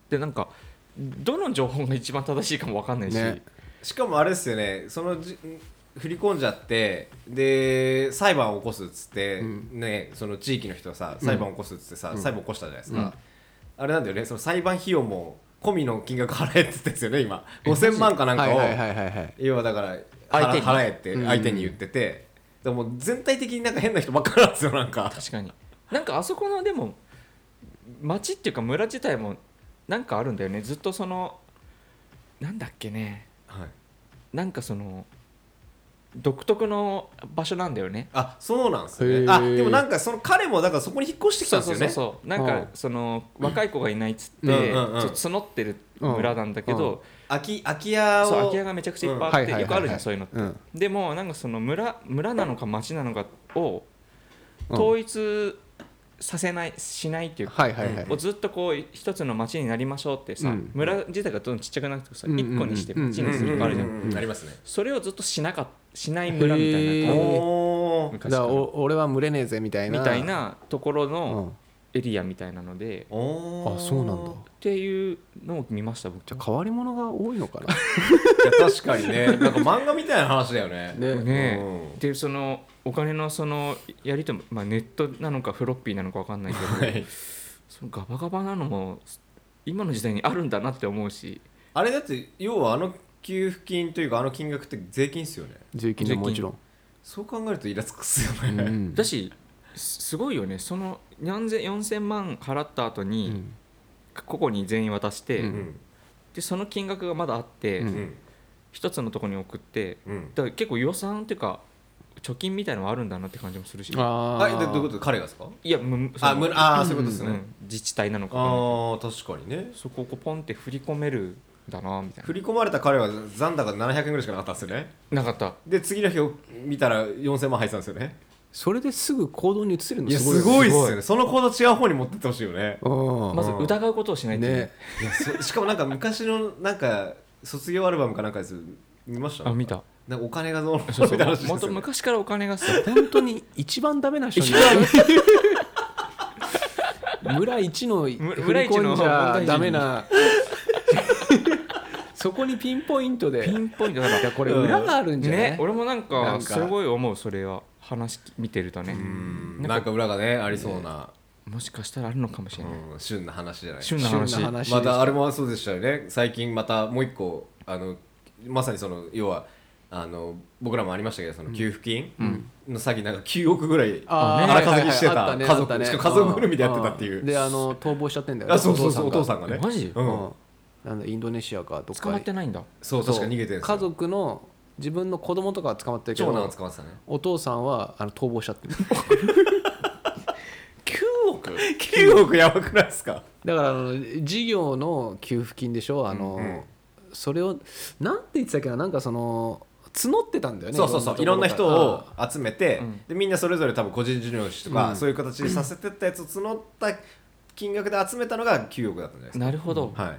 [SPEAKER 2] でなんかどの情報が一番正しいかも分かんないし、
[SPEAKER 1] ね
[SPEAKER 3] しかもあれですよねそのじ振り込んじゃってで裁判を起こすっつって、
[SPEAKER 1] うん
[SPEAKER 3] ね、その地域の人はさ裁判を起こすっつってさ、裁判起こしたじゃないですか、あれなんだよねその裁判費用も込みの金額払えって言ってんですよね今5000万かなんかを、
[SPEAKER 1] はいはいはいはいはい
[SPEAKER 3] 要はだから
[SPEAKER 2] 相
[SPEAKER 3] 払
[SPEAKER 2] 手に
[SPEAKER 3] 払えって相手に言ってて、でも全体的になんか変な人ばっかなんですよなんか
[SPEAKER 2] 確かになんかあそこのでも町っていうか村自体もなんかあるんだよねずっとそのなんだっけね
[SPEAKER 3] はい
[SPEAKER 2] なんかその独特の場所なんだよね
[SPEAKER 3] あそうなんです
[SPEAKER 1] へ
[SPEAKER 3] ね
[SPEAKER 1] ー
[SPEAKER 3] あでもなんかその彼もだからそこに引っ越してきたんですよね
[SPEAKER 2] そうそうそうなん
[SPEAKER 1] うん
[SPEAKER 2] かその若い子がいないっつって、
[SPEAKER 3] うんうんうん
[SPEAKER 2] ちょっと募ってる村なんだけ
[SPEAKER 1] うんう
[SPEAKER 2] ど、
[SPEAKER 3] 空き空き家を
[SPEAKER 2] そう空き家がめちゃくちゃいっぱいあって、よくあるじゃんそういうのって、
[SPEAKER 1] ん
[SPEAKER 2] でもなんかその村村なのか町なのかを
[SPEAKER 1] うん
[SPEAKER 2] 統一させない、しないっていうか、
[SPEAKER 1] はいはいはい
[SPEAKER 2] をずっとこう一つの町になりましょうってさ、
[SPEAKER 1] うん
[SPEAKER 2] 村自体がどんどんちっちゃくなってくさ、
[SPEAKER 1] うんうん
[SPEAKER 2] 一
[SPEAKER 1] うん
[SPEAKER 2] 個にして町にするとかあるじゃん,、
[SPEAKER 3] うんうんうんありますね
[SPEAKER 2] それをずっとしなかっしない村みたい
[SPEAKER 1] へ
[SPEAKER 2] な
[SPEAKER 1] ー
[SPEAKER 3] おー
[SPEAKER 2] 感じ
[SPEAKER 1] だか
[SPEAKER 2] 昔からら
[SPEAKER 1] お俺は群れねえぜみたいな
[SPEAKER 2] みたいなところの
[SPEAKER 1] あ
[SPEAKER 2] エリアみたいなので、っ
[SPEAKER 3] おー
[SPEAKER 1] そうなんだ
[SPEAKER 2] ていうのを見ました僕
[SPEAKER 1] じゃあ変わり者が多いのかな
[SPEAKER 3] いや確かにねなんか漫画みたいな話だよね
[SPEAKER 1] ね
[SPEAKER 2] ね
[SPEAKER 3] うん
[SPEAKER 2] でそのお金のそのやりとり、まあ、ネットなのかフロッピーなのか分かんないけ
[SPEAKER 1] *laughs*
[SPEAKER 2] ど、
[SPEAKER 3] はい
[SPEAKER 2] そのガバガバなのも今の時代にあるんだなって思うし
[SPEAKER 3] あれだって要はあの給付金というかあの金額って税金っすよね
[SPEAKER 1] 税金でもちろん、
[SPEAKER 3] そう考えるとイラつくっすよ
[SPEAKER 1] う
[SPEAKER 3] ね、
[SPEAKER 1] ん
[SPEAKER 2] だしすすごいよねその何千4000万払った後
[SPEAKER 1] う
[SPEAKER 2] に、
[SPEAKER 1] ん
[SPEAKER 2] ここに全員渡して、
[SPEAKER 1] うん
[SPEAKER 3] うん
[SPEAKER 2] でその金額がまだあって、
[SPEAKER 1] う
[SPEAKER 3] うんん
[SPEAKER 2] 一つのところに送って
[SPEAKER 3] うん
[SPEAKER 2] だから結構予算っていうか貯金みたいのはあるんだなって感じもするし
[SPEAKER 1] あ
[SPEAKER 3] あえでどういうこと彼がですか
[SPEAKER 2] いやむその
[SPEAKER 3] あむあーそういうことです
[SPEAKER 2] う
[SPEAKER 3] ね、
[SPEAKER 2] ん自治体なのか
[SPEAKER 3] あー確かにね
[SPEAKER 2] そこをこうポンって振り込めるんだなみたい
[SPEAKER 3] 振り込まれた彼は残高700円ぐらいしかなかったんですよね
[SPEAKER 2] ななかった
[SPEAKER 3] で次の日を見たら4000万入ってたんですよね
[SPEAKER 1] それですぐ行動に移せるの
[SPEAKER 3] いや
[SPEAKER 1] すごい
[SPEAKER 3] すごいっ
[SPEAKER 1] よ
[SPEAKER 3] すよねその行動違う方に持ってってほしいよね
[SPEAKER 1] うん
[SPEAKER 2] まず疑うことをしないといけない
[SPEAKER 1] ね
[SPEAKER 3] いやそしかもなんか昔のなんか卒業アルバムかなんかです見ました
[SPEAKER 2] あ見た
[SPEAKER 3] なんかお金がどうの *laughs*
[SPEAKER 2] そう
[SPEAKER 3] み
[SPEAKER 2] そ
[SPEAKER 3] た
[SPEAKER 2] う
[SPEAKER 3] いな話
[SPEAKER 1] *laughs*
[SPEAKER 3] ですよ
[SPEAKER 2] もと
[SPEAKER 3] ね
[SPEAKER 2] 昔からお金がさ
[SPEAKER 1] 本当に一番ダメな人に村一の振り
[SPEAKER 2] 村一
[SPEAKER 1] 込
[SPEAKER 2] の
[SPEAKER 1] んじゃダメな *laughs* そこにピンポイントで
[SPEAKER 2] ピンポイントだから
[SPEAKER 1] これ *laughs* 裏があるんじゃない、
[SPEAKER 2] ね俺もなん
[SPEAKER 1] な
[SPEAKER 2] か
[SPEAKER 1] んか
[SPEAKER 2] すごい思うそれは話見てるとね
[SPEAKER 3] うん
[SPEAKER 2] な
[SPEAKER 3] なんん
[SPEAKER 2] か
[SPEAKER 3] か裏がねありそうな、
[SPEAKER 2] もしかしたらあるのかもしれない
[SPEAKER 3] うん、旬な話じゃない
[SPEAKER 2] 旬な
[SPEAKER 1] 旬な
[SPEAKER 2] 話
[SPEAKER 1] 話
[SPEAKER 3] またあれもそうでしたよね最近またもう一個あのまさにその要はあの僕らもありましたけどその給付金の詐欺なんか9億ぐらい
[SPEAKER 1] あ
[SPEAKER 2] ー
[SPEAKER 3] 荒稼ぎして
[SPEAKER 1] はい
[SPEAKER 3] た
[SPEAKER 1] はい
[SPEAKER 3] 家
[SPEAKER 1] あった
[SPEAKER 3] 族
[SPEAKER 1] ね
[SPEAKER 3] しか
[SPEAKER 1] あっ
[SPEAKER 3] も
[SPEAKER 1] たね
[SPEAKER 3] 家族ぐるみでやってたってい
[SPEAKER 1] ん
[SPEAKER 3] う
[SPEAKER 1] であの逃亡しちゃってんだよね
[SPEAKER 3] あそうそうそうお父さ
[SPEAKER 1] ん
[SPEAKER 3] んがね
[SPEAKER 2] マジ
[SPEAKER 3] うん
[SPEAKER 1] がうんなんだインドネシアかどっか
[SPEAKER 2] 捕まってないんだ
[SPEAKER 3] そう確か逃げてるんですよ
[SPEAKER 1] 家族の自分の子供とかは捕まってるけ
[SPEAKER 3] 長男を
[SPEAKER 1] ど
[SPEAKER 3] 捕まってたね
[SPEAKER 1] お父さんはあの逃亡しちゃってる
[SPEAKER 3] 9億 ?9 億やばくないですか
[SPEAKER 1] だからあの事業の給付金でしょあの、
[SPEAKER 3] うんうん
[SPEAKER 1] それをなんて言ってたっけななんかその募ってたんだよね
[SPEAKER 3] *laughs* そうそうそういろんな人を集めて、
[SPEAKER 2] うん
[SPEAKER 3] でみんなそれぞれ多分個人事業主とか、
[SPEAKER 1] うん
[SPEAKER 3] そういう形でさせてったやつを募った金額で集めたのが9億だったんじゃないですか
[SPEAKER 2] なるほど、
[SPEAKER 3] はい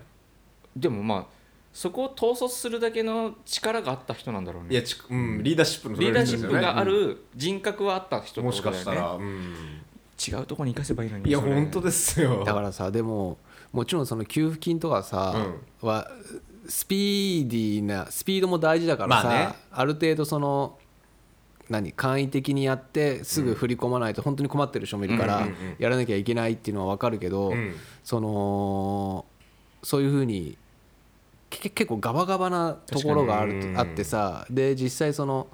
[SPEAKER 2] でもまあそこを統率するだけの力があった人なんだろう
[SPEAKER 3] いや
[SPEAKER 2] ね
[SPEAKER 3] ち、うん、リーダーシップの
[SPEAKER 2] リーダーシップがあ
[SPEAKER 3] うん
[SPEAKER 2] る人格はあった人って
[SPEAKER 3] も
[SPEAKER 2] こ
[SPEAKER 3] し
[SPEAKER 2] と
[SPEAKER 3] か
[SPEAKER 2] だよ
[SPEAKER 3] し
[SPEAKER 2] ね
[SPEAKER 3] たら、うん、
[SPEAKER 2] 違うとこに行かせばいいのに
[SPEAKER 3] いや
[SPEAKER 2] それ
[SPEAKER 3] 本当ですよ
[SPEAKER 1] だからさでももちろんその給付金とかさ、はスピーディーなスピードも大事だからさ、
[SPEAKER 3] まあ
[SPEAKER 1] あ
[SPEAKER 3] ね
[SPEAKER 1] る程度その何簡易的にやってすぐ振り込まないと本当に困ってる人もいるから、
[SPEAKER 3] うんうんうんうん
[SPEAKER 1] やらなきゃいけないっていうのは分かるけど、
[SPEAKER 3] うん
[SPEAKER 1] そのそういうふうにけ結構ガバガバなところがあ
[SPEAKER 3] 確かに
[SPEAKER 1] る
[SPEAKER 3] うん
[SPEAKER 1] あってさで実際その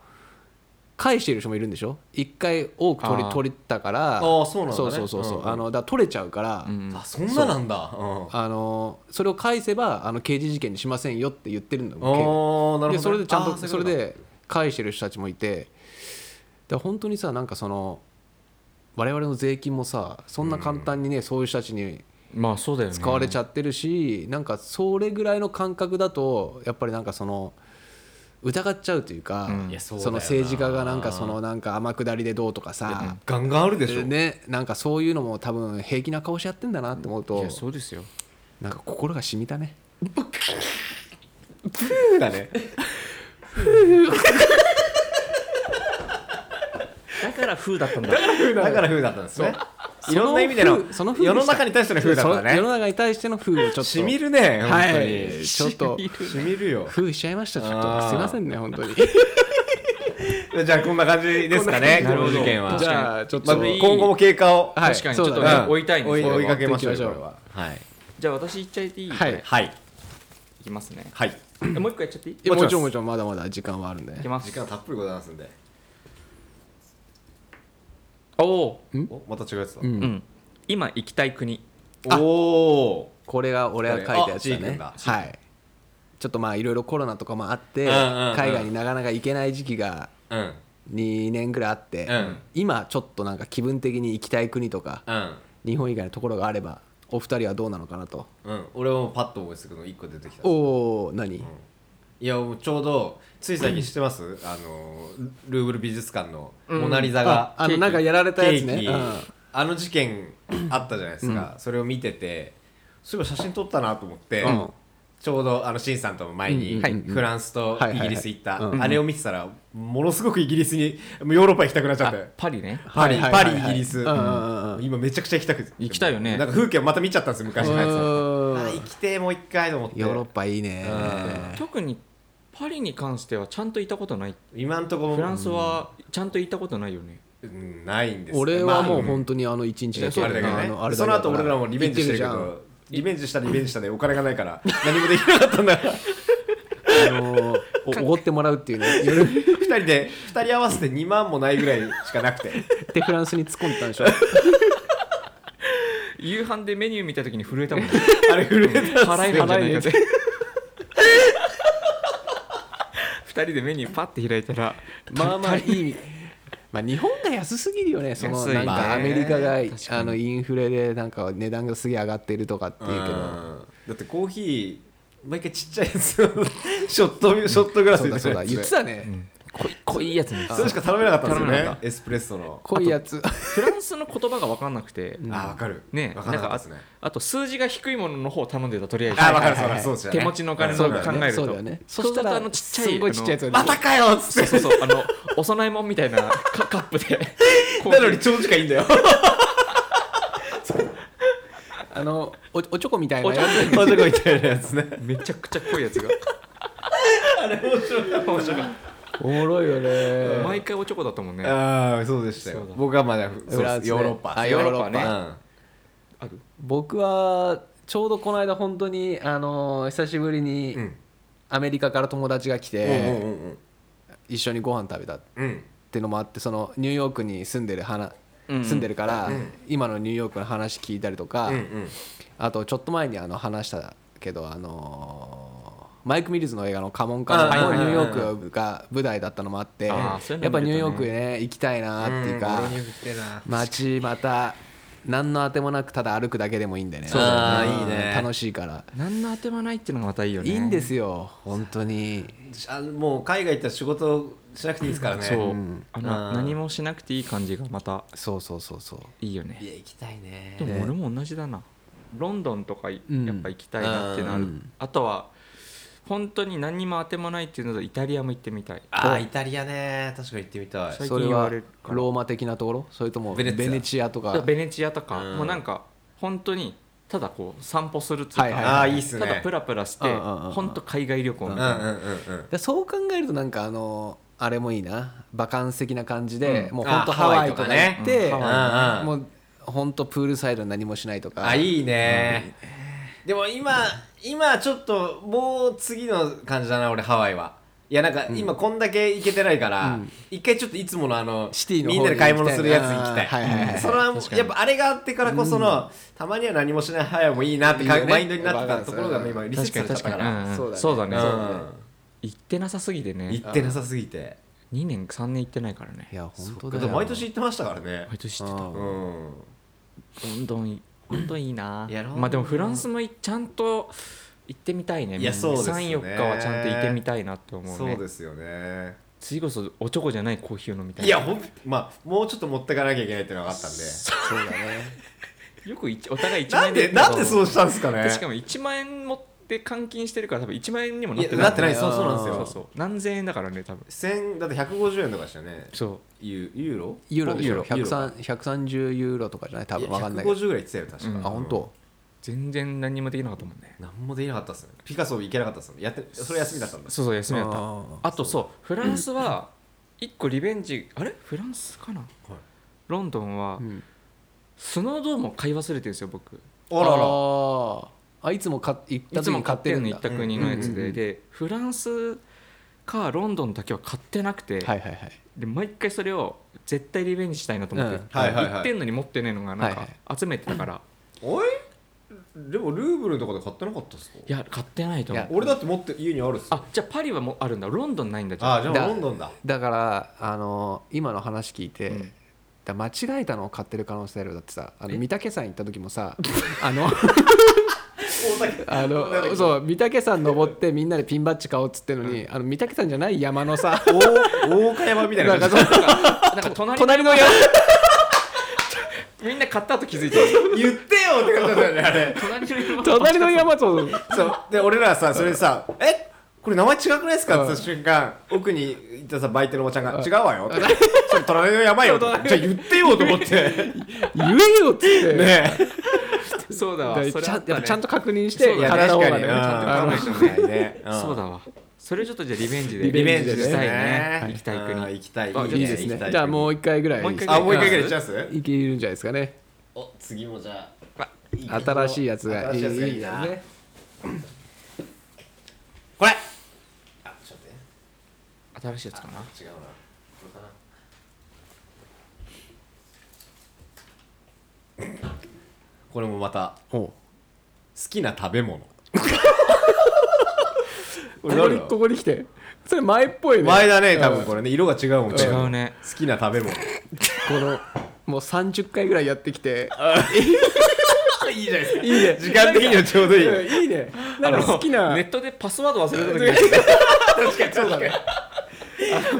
[SPEAKER 1] 返している人もいるんでしょ一回多く取
[SPEAKER 2] あ
[SPEAKER 1] り
[SPEAKER 2] ー
[SPEAKER 1] 取ったから
[SPEAKER 3] あーそうなんだ
[SPEAKER 1] そう
[SPEAKER 3] ね
[SPEAKER 1] そうそうそう
[SPEAKER 3] うんうん
[SPEAKER 1] あのだから取れちゃうから、
[SPEAKER 2] うん
[SPEAKER 3] あそんななんだうん
[SPEAKER 1] あのそれを返せばあの刑事事件にしませんよって言ってるんだ
[SPEAKER 3] あ
[SPEAKER 1] もん
[SPEAKER 3] ーな
[SPEAKER 1] で
[SPEAKER 3] るほど
[SPEAKER 1] それでちゃん
[SPEAKER 3] あ
[SPEAKER 1] と
[SPEAKER 3] ー
[SPEAKER 1] それで返してる人たちもいてだから本当にさなんかその我々の税金もさそんな簡単にね、そういう人たちに
[SPEAKER 2] まあそうだよね
[SPEAKER 1] 使われちゃってるし、なんかそれぐらいの感覚だとやっぱりなんかその疑っちゃうというか、
[SPEAKER 2] うんい
[SPEAKER 3] やそうだよ
[SPEAKER 1] の
[SPEAKER 3] な
[SPEAKER 1] 政治家がなんかそのなんか天下りでどうとかさ、
[SPEAKER 3] ガンガンあるでしょ、
[SPEAKER 1] でねなんかそういうのも多分平気な顔しやってんだなって思う
[SPEAKER 2] い
[SPEAKER 1] と
[SPEAKER 2] やそうですよ
[SPEAKER 1] なんか心が染みたね。
[SPEAKER 3] だね
[SPEAKER 2] だから風だったんだ
[SPEAKER 3] *laughs* だから風だったんですね
[SPEAKER 1] そう
[SPEAKER 3] いろんな意味での
[SPEAKER 1] その風
[SPEAKER 3] 世の中に対しての風だっ
[SPEAKER 1] そ
[SPEAKER 3] た
[SPEAKER 1] の世
[SPEAKER 3] ね
[SPEAKER 1] の中に対しての風をちょっと
[SPEAKER 3] しみるね本当に、
[SPEAKER 1] はいちょっと
[SPEAKER 3] しみるよ
[SPEAKER 1] 風しちゃいましたちょっ
[SPEAKER 3] あ
[SPEAKER 1] と
[SPEAKER 3] ー
[SPEAKER 1] すいませんね本当
[SPEAKER 3] *laughs*
[SPEAKER 1] に
[SPEAKER 3] じゃあこんな感じですかね
[SPEAKER 2] こんな感じ
[SPEAKER 3] この事件は
[SPEAKER 1] じゃあちょっ
[SPEAKER 3] まあ
[SPEAKER 1] と、
[SPEAKER 3] 今後も経過を、
[SPEAKER 1] はい
[SPEAKER 2] 確かにち
[SPEAKER 1] そ
[SPEAKER 2] ょ
[SPEAKER 1] う
[SPEAKER 2] っ
[SPEAKER 1] だ
[SPEAKER 2] と
[SPEAKER 1] ね
[SPEAKER 2] ね
[SPEAKER 3] うん
[SPEAKER 2] 追いたいんです
[SPEAKER 3] 追
[SPEAKER 2] よ
[SPEAKER 3] 追いかけましょう
[SPEAKER 1] 追っていきましょう
[SPEAKER 3] これははい
[SPEAKER 2] じゃあ私行っちゃいていい
[SPEAKER 1] はい
[SPEAKER 2] これ
[SPEAKER 3] はい、
[SPEAKER 2] いきますね
[SPEAKER 3] はい、
[SPEAKER 2] えもう一個やっちゃっていい
[SPEAKER 1] いやもちろんもちろんまだまだ時間はあるんで
[SPEAKER 2] いきます
[SPEAKER 3] 時間たっぷりございますんで
[SPEAKER 2] おおー
[SPEAKER 3] おまた違うやつだ、
[SPEAKER 1] うん
[SPEAKER 2] うん今行きたい国
[SPEAKER 3] おお
[SPEAKER 1] これが俺が書いたやつだ
[SPEAKER 3] あちーくん
[SPEAKER 1] ね
[SPEAKER 3] だ
[SPEAKER 1] はいちょっとまあいろいろコロナとかもあって
[SPEAKER 3] うんうんうん
[SPEAKER 1] 海外になかなか行けない時期が
[SPEAKER 3] うん
[SPEAKER 1] 2年ぐらいあって、
[SPEAKER 3] うん
[SPEAKER 1] 今ちょっとなんか気分的に行きたい国とか
[SPEAKER 3] うん
[SPEAKER 1] 日本以外のところがあればお二人はどうなのかなと
[SPEAKER 3] うん、俺はもうパッと思いつくの1個出てきた
[SPEAKER 1] おお何、
[SPEAKER 3] いやもうちょうどつい最近知ってます、あのルルーブル美術館の「モナ・リザ
[SPEAKER 1] あ
[SPEAKER 3] が」
[SPEAKER 1] あのなんかやられたやつね、
[SPEAKER 3] ケーキ
[SPEAKER 1] うん
[SPEAKER 3] あの
[SPEAKER 1] *clears throat*
[SPEAKER 3] 事件あったじゃないですか、それを見ててそういえば写真撮ったなと思って、
[SPEAKER 1] うん
[SPEAKER 3] ちょうどあのシンさんとも前に
[SPEAKER 1] うんうんうん
[SPEAKER 3] フランスと
[SPEAKER 1] はいはいはい
[SPEAKER 3] イギリス行った、
[SPEAKER 1] うん
[SPEAKER 3] あれを見てたらものすごくイギリスにもうヨーロッパ行きたくなっちゃっ
[SPEAKER 2] あ
[SPEAKER 3] て。
[SPEAKER 2] パリね
[SPEAKER 3] パリ、
[SPEAKER 1] はいはいはいはい
[SPEAKER 3] パリイギリス、
[SPEAKER 1] うんうんうんうん
[SPEAKER 3] 今めちゃくちゃ行きたくて
[SPEAKER 2] 行きたいよね
[SPEAKER 3] なんか風景をまた見ちゃったんですよ昔のやつ
[SPEAKER 1] う
[SPEAKER 3] を
[SPEAKER 1] ん
[SPEAKER 3] あ行きてえもう一回と思って
[SPEAKER 1] ヨーロッパいいね
[SPEAKER 3] う
[SPEAKER 2] 特にパリに関してはちゃんと行ったことない
[SPEAKER 3] 今んところ
[SPEAKER 2] フランスはちゃんと行ったことないよね
[SPEAKER 3] うんないんですよ
[SPEAKER 1] 俺はもう
[SPEAKER 3] まあ
[SPEAKER 1] 本当にあの一日だけ
[SPEAKER 3] あれだけどね
[SPEAKER 1] のあれだ
[SPEAKER 3] そ
[SPEAKER 1] け
[SPEAKER 3] の
[SPEAKER 1] だ
[SPEAKER 3] 後俺らもリベンジしてるけ
[SPEAKER 1] 行って
[SPEAKER 3] どリベンジしたリベンジしたでお金がないから何もできなかったんだから *laughs*
[SPEAKER 1] るじゃんあのおおごってもらうっていうね夜っ
[SPEAKER 3] 二人で二人合わせて2万もないぐらいしかなくて
[SPEAKER 1] てフランスに突っ込んでたんでしょ
[SPEAKER 2] 夕飯でメニュー見た時に震えたもん
[SPEAKER 3] あれ震えたんですよ
[SPEAKER 2] 払えるんじゃないかって *laughs* 二人でメニューパッて開いたら
[SPEAKER 1] まあまあいいまあ日本が安すぎるよねその
[SPEAKER 2] 安い
[SPEAKER 1] なんかアメリカが
[SPEAKER 2] まあね確かに
[SPEAKER 1] あのインフレでなんか値段がすげえ上がってるとかって
[SPEAKER 3] う
[SPEAKER 1] いうんけど
[SPEAKER 3] だってコーヒー毎回ちっちゃいやつをショットショットグラス
[SPEAKER 1] そう
[SPEAKER 3] に
[SPEAKER 1] だそうだ言ってたね
[SPEAKER 2] ん濃い濃いやつね
[SPEAKER 3] それしか頼めなかったんです
[SPEAKER 2] 頼めな
[SPEAKER 3] よ
[SPEAKER 2] か
[SPEAKER 3] ねエスプレッソの
[SPEAKER 1] 濃いやつ
[SPEAKER 2] フランスの言葉が分かんなくて
[SPEAKER 1] うん
[SPEAKER 3] あーわかる
[SPEAKER 2] ね
[SPEAKER 3] わかんなかったですね
[SPEAKER 2] あと数字が低いものの方を頼んでたとりあえず
[SPEAKER 3] あーわかるわかるそうですよね
[SPEAKER 2] 手持ちのお金
[SPEAKER 1] そ
[SPEAKER 2] の
[SPEAKER 1] うだ
[SPEAKER 2] 考
[SPEAKER 1] よね
[SPEAKER 2] える
[SPEAKER 1] そ
[SPEAKER 2] と
[SPEAKER 1] うだよねそ
[SPEAKER 2] そ
[SPEAKER 1] う
[SPEAKER 2] す
[SPEAKER 1] した
[SPEAKER 2] ると
[SPEAKER 1] ら
[SPEAKER 2] あのちっちゃい
[SPEAKER 1] すごいちっちゃいやつ
[SPEAKER 2] あの
[SPEAKER 1] が
[SPEAKER 3] ま
[SPEAKER 1] 出て
[SPEAKER 3] た
[SPEAKER 1] く
[SPEAKER 3] かよっつ
[SPEAKER 2] そう
[SPEAKER 3] って
[SPEAKER 2] そうそうあのお供え物みたいなカカップで
[SPEAKER 3] *laughs* なのに長時間いいんだよ
[SPEAKER 1] る *laughs* あのおおちょこみたいなや
[SPEAKER 2] おちょ
[SPEAKER 1] つ
[SPEAKER 3] おちょこみたいなやつね
[SPEAKER 2] めちゃくちゃ濃いやつが
[SPEAKER 1] おもろいよね
[SPEAKER 2] 毎回おちょこだったもんねあ
[SPEAKER 3] ああそうでした
[SPEAKER 2] そ
[SPEAKER 3] よ
[SPEAKER 2] うだ
[SPEAKER 3] 僕はまだそうです
[SPEAKER 1] フランスね
[SPEAKER 3] ヨーロッパ
[SPEAKER 1] あ
[SPEAKER 2] ヨーロッパ
[SPEAKER 3] う
[SPEAKER 2] ね
[SPEAKER 3] ん
[SPEAKER 2] る
[SPEAKER 1] 僕はちょうどこの間本当にあの久しぶりに
[SPEAKER 3] うん
[SPEAKER 1] アメリカから友達が来
[SPEAKER 3] う
[SPEAKER 1] て
[SPEAKER 3] んうんうん
[SPEAKER 1] 一緒にご飯食べたっ
[SPEAKER 3] うん
[SPEAKER 1] てのもあってそのニューヨークに住んでる話
[SPEAKER 2] うん
[SPEAKER 1] 住んでるから今のニューヨークの話聞いたりとか
[SPEAKER 3] うんうん
[SPEAKER 1] あとちょっと前にあの話したけどあのーマイク・ミルズの映画の「カモンカ
[SPEAKER 3] あはい
[SPEAKER 1] モン」
[SPEAKER 3] は
[SPEAKER 1] も
[SPEAKER 3] い
[SPEAKER 1] ニ
[SPEAKER 3] は
[SPEAKER 1] ュ
[SPEAKER 3] い
[SPEAKER 1] ーヨークが舞台だったのもあってや
[SPEAKER 2] あーそういうの
[SPEAKER 1] っぱニューヨークへね行きたいなっていうか街また何のあてもなくただ歩くだけでもいいんでね
[SPEAKER 3] そうだねあーいいね
[SPEAKER 1] 楽しいから
[SPEAKER 2] 何の当てもないっていうのがまたいいよね
[SPEAKER 1] いいんですよ本当に
[SPEAKER 3] あもう海外行ったら仕事しなくていいですからね
[SPEAKER 2] そう、
[SPEAKER 1] ん
[SPEAKER 2] あの
[SPEAKER 3] うん
[SPEAKER 2] 何もしなくていい感じがまた
[SPEAKER 1] そうそうそうそう
[SPEAKER 2] いいよね
[SPEAKER 3] いや行きたいね
[SPEAKER 2] でも俺も同じだなロンドンとかい
[SPEAKER 1] うん
[SPEAKER 2] やっぱ行きたいなってなる、
[SPEAKER 1] うん
[SPEAKER 2] あとは本当に何も当てもないっていうのとイタリアも行ってみたい
[SPEAKER 3] ああイタリアね確かに行ってみたい
[SPEAKER 2] 最
[SPEAKER 1] そ
[SPEAKER 2] 近
[SPEAKER 1] れ
[SPEAKER 2] 言わ
[SPEAKER 1] は
[SPEAKER 2] れるから
[SPEAKER 1] ローマ的なところそれとも
[SPEAKER 3] ベ
[SPEAKER 1] ベ
[SPEAKER 3] ネツィア
[SPEAKER 1] ネチアとか
[SPEAKER 2] ベネチアとか、
[SPEAKER 3] うん
[SPEAKER 2] もうなんか本当にただこう散歩するっていうか、
[SPEAKER 1] はいはい
[SPEAKER 3] ああいいっすね
[SPEAKER 2] ただプラプラし
[SPEAKER 1] う
[SPEAKER 2] て、
[SPEAKER 1] んうんうんうん
[SPEAKER 2] 本当海外旅行み
[SPEAKER 3] うん
[SPEAKER 2] たい
[SPEAKER 3] うん
[SPEAKER 2] な、
[SPEAKER 3] うんうん
[SPEAKER 1] でそう考えるとなんかあのあれもいいなバカンス的な感じで、
[SPEAKER 2] うん
[SPEAKER 1] もう本当
[SPEAKER 3] あ
[SPEAKER 1] ハワイと
[SPEAKER 3] ハ
[SPEAKER 1] か
[SPEAKER 3] ワイとかね
[SPEAKER 1] 行って、
[SPEAKER 2] うん
[SPEAKER 3] ハワイ
[SPEAKER 1] もう本当プールサイドで何もしないとか
[SPEAKER 3] あいいねでも今今ちょっともう次の感じだな俺ハワイはいやなんか今こんだけ行けてないから一回ちょっといつものあの
[SPEAKER 1] シティの方
[SPEAKER 3] みんなで買い物するやつ行きたい
[SPEAKER 1] あーはいはいはい
[SPEAKER 3] うんそれはも
[SPEAKER 2] 確か
[SPEAKER 3] う
[SPEAKER 2] に
[SPEAKER 3] やっぱあれがあってからこそのたまには何もしないハワイもいいなってか
[SPEAKER 1] いいよね
[SPEAKER 3] マインドになってたところがね
[SPEAKER 1] わか
[SPEAKER 3] 今リセッ
[SPEAKER 2] 確
[SPEAKER 3] ト
[SPEAKER 2] か
[SPEAKER 3] さ
[SPEAKER 2] に
[SPEAKER 3] れちゃったか
[SPEAKER 2] 確かに、
[SPEAKER 3] ら
[SPEAKER 2] うんうん
[SPEAKER 1] そ
[SPEAKER 2] そうう
[SPEAKER 1] だ
[SPEAKER 2] だ
[SPEAKER 1] ね
[SPEAKER 2] ね
[SPEAKER 3] うん
[SPEAKER 2] 行ってなさすぎてね
[SPEAKER 3] 行ってなさすぎて
[SPEAKER 2] 2年3年行ってないからね
[SPEAKER 1] いや本当だ
[SPEAKER 3] だって
[SPEAKER 1] よ
[SPEAKER 3] 毎年行ってましたからね
[SPEAKER 2] 毎年
[SPEAKER 1] う
[SPEAKER 2] 行ってた
[SPEAKER 1] ん
[SPEAKER 3] うん
[SPEAKER 2] ロンドンいロンドンいいな
[SPEAKER 3] いやロンドン
[SPEAKER 2] まあでもフランスもいちゃんと行ってみたいね
[SPEAKER 3] いやそうですね
[SPEAKER 2] 34日はちゃんと行ってみたいなって思う
[SPEAKER 3] そ
[SPEAKER 2] ね
[SPEAKER 3] うですよね
[SPEAKER 2] 次こそおちょこじゃないコーヒーを飲みたい
[SPEAKER 3] いやほんまあもうちょっと持ってかなきゃいけないっていうのがあったんで
[SPEAKER 1] そうだね
[SPEAKER 2] よく一お互い1万
[SPEAKER 3] な
[SPEAKER 2] 円
[SPEAKER 3] んでなんでそう
[SPEAKER 2] し
[SPEAKER 3] したんですか
[SPEAKER 2] た
[SPEAKER 3] ね
[SPEAKER 2] しかも1万円持って換金してるから多分1万円にもなって
[SPEAKER 3] い
[SPEAKER 2] ない
[SPEAKER 3] やなってない
[SPEAKER 1] ですそうそうなんですよ
[SPEAKER 2] そうそう何千円だからね多分
[SPEAKER 3] 千だって150円とかでしたよね
[SPEAKER 2] そ
[SPEAKER 3] ユユーロ
[SPEAKER 1] ユーロでしょ
[SPEAKER 3] ユーロか
[SPEAKER 1] 103 130ユーロとかじゃない多分わかんないけど
[SPEAKER 3] 150ぐらいいってたよ確か、
[SPEAKER 2] うん
[SPEAKER 1] あ本当、
[SPEAKER 2] 全然何もできなかったもんね
[SPEAKER 3] なんもできなかったっすねピカソ行けなかったっすねやってそれ休みだったんだ
[SPEAKER 2] そうそう休みだった
[SPEAKER 1] あ
[SPEAKER 2] あとそうフランスは1個リベンジあれフランスかな、ロンドンは、
[SPEAKER 1] うん
[SPEAKER 2] スノードームを買い忘れてるんですよ僕
[SPEAKER 3] あ
[SPEAKER 1] あ
[SPEAKER 3] らら
[SPEAKER 1] ーあいつも買っ行っ
[SPEAKER 2] い
[SPEAKER 1] た
[SPEAKER 2] つ
[SPEAKER 1] 時
[SPEAKER 2] も
[SPEAKER 1] に買
[SPEAKER 2] 買っ
[SPEAKER 1] ってて
[SPEAKER 2] る
[SPEAKER 1] る
[SPEAKER 2] の
[SPEAKER 1] ん
[SPEAKER 2] 行
[SPEAKER 1] だ
[SPEAKER 2] った国のやつ
[SPEAKER 1] うんうんう
[SPEAKER 2] で
[SPEAKER 1] ん
[SPEAKER 2] でフランスかロンドンだけは買ってなくて、
[SPEAKER 1] はいはいはい
[SPEAKER 2] で毎回それを絶対リベンジしたいなと思って、
[SPEAKER 1] うん
[SPEAKER 3] はいはいはい
[SPEAKER 2] 行ってんのに持ってねえのがなん
[SPEAKER 1] は
[SPEAKER 2] か
[SPEAKER 1] い
[SPEAKER 2] 集めてたから、
[SPEAKER 3] おいでもルーブルとかで買ってなかったっすか
[SPEAKER 2] い、や買ってないと
[SPEAKER 1] い
[SPEAKER 2] 思
[SPEAKER 1] うや
[SPEAKER 3] 俺だって持って家にあるっすよ
[SPEAKER 2] あじゃあパリはもうあるんだロンドンないんだじゃ
[SPEAKER 3] あ
[SPEAKER 2] あ
[SPEAKER 3] あじゃあ
[SPEAKER 1] だ
[SPEAKER 3] ロンドンだ
[SPEAKER 1] だからあの今の話聞いて、
[SPEAKER 2] うん
[SPEAKER 1] だ間違えたのを買ってる可能性あるよだってさあ
[SPEAKER 2] え
[SPEAKER 1] の御嶽山行った時もさあの
[SPEAKER 3] 大竹
[SPEAKER 1] あ
[SPEAKER 3] なんだっけ
[SPEAKER 1] のそう御嶽山登ってみんなでピンバッジ買おうっつってのに、あの御嶽山じゃない山の
[SPEAKER 3] *laughs*
[SPEAKER 1] さ
[SPEAKER 3] 大岡山みたい
[SPEAKER 1] な
[SPEAKER 3] なん感
[SPEAKER 1] か
[SPEAKER 3] じ
[SPEAKER 1] その
[SPEAKER 2] なんか隣
[SPEAKER 1] 隣の山
[SPEAKER 2] みんな買った後気づいてる
[SPEAKER 3] 言ってよって感じだよねあれ
[SPEAKER 2] 隣の山
[SPEAKER 1] 隣の山と
[SPEAKER 3] そうで俺らさそれさ「えこれ名前違くないですか?」って言った瞬間奥に行ったさ売店のおばちゃんが「違うわよ」って「それ隣の山よ」ってじゃあ言ってよと思って
[SPEAKER 1] 言えよっつって、
[SPEAKER 3] ねえ
[SPEAKER 2] そうだ
[SPEAKER 1] だ
[SPEAKER 2] わ
[SPEAKER 1] から
[SPEAKER 2] それ
[SPEAKER 1] ちゃ
[SPEAKER 2] あ
[SPEAKER 1] ん
[SPEAKER 2] っ
[SPEAKER 1] やっ
[SPEAKER 2] たね
[SPEAKER 1] ぱちゃんと確認し
[SPEAKER 2] そ
[SPEAKER 1] て
[SPEAKER 2] うだね
[SPEAKER 1] 買った方が
[SPEAKER 3] う
[SPEAKER 1] ね
[SPEAKER 3] ん
[SPEAKER 2] 確かにちゃんと買わないと
[SPEAKER 3] ねうん
[SPEAKER 2] *laughs* そうだわそれちょっとじゃあリベンジ
[SPEAKER 1] リ
[SPEAKER 2] で
[SPEAKER 3] リベ
[SPEAKER 1] ベ
[SPEAKER 3] ン
[SPEAKER 1] ン
[SPEAKER 3] ジ
[SPEAKER 1] ジ
[SPEAKER 3] で
[SPEAKER 1] ですす
[SPEAKER 2] した
[SPEAKER 3] ね
[SPEAKER 2] いね行きたい
[SPEAKER 3] あー
[SPEAKER 2] 国
[SPEAKER 3] 行きたい
[SPEAKER 2] あ
[SPEAKER 1] いいです
[SPEAKER 3] 行きた
[SPEAKER 1] ね
[SPEAKER 3] い
[SPEAKER 1] じゃあもう一回ぐらい
[SPEAKER 2] もう一回
[SPEAKER 3] あもう一回ぐら
[SPEAKER 2] 行
[SPEAKER 3] い
[SPEAKER 2] き
[SPEAKER 3] チャ
[SPEAKER 2] ま
[SPEAKER 3] ンス
[SPEAKER 1] いけるんじゃないですかね
[SPEAKER 3] お次もじゃあ
[SPEAKER 1] 新しいやつがいい
[SPEAKER 3] 新しいやつがいい
[SPEAKER 1] い
[SPEAKER 3] な
[SPEAKER 1] よね
[SPEAKER 3] これあちょっとね
[SPEAKER 2] 新しいやつかな
[SPEAKER 3] 違うなこれかなこれもまた
[SPEAKER 1] おう
[SPEAKER 3] 好きな食べ物こ
[SPEAKER 1] ここにここに来てそれ前っぽいね
[SPEAKER 3] 前だね
[SPEAKER 1] うん
[SPEAKER 3] 多分これね色が違うもん
[SPEAKER 2] 違うね
[SPEAKER 3] 好きな食べ物
[SPEAKER 1] このもう30回ぐらいやってきて
[SPEAKER 3] いいじゃないですか
[SPEAKER 1] いいね
[SPEAKER 3] 時間的にはちょうどいい
[SPEAKER 1] いいねなんか好きな
[SPEAKER 2] ネットでパスワード忘れた時
[SPEAKER 1] 確かに確かに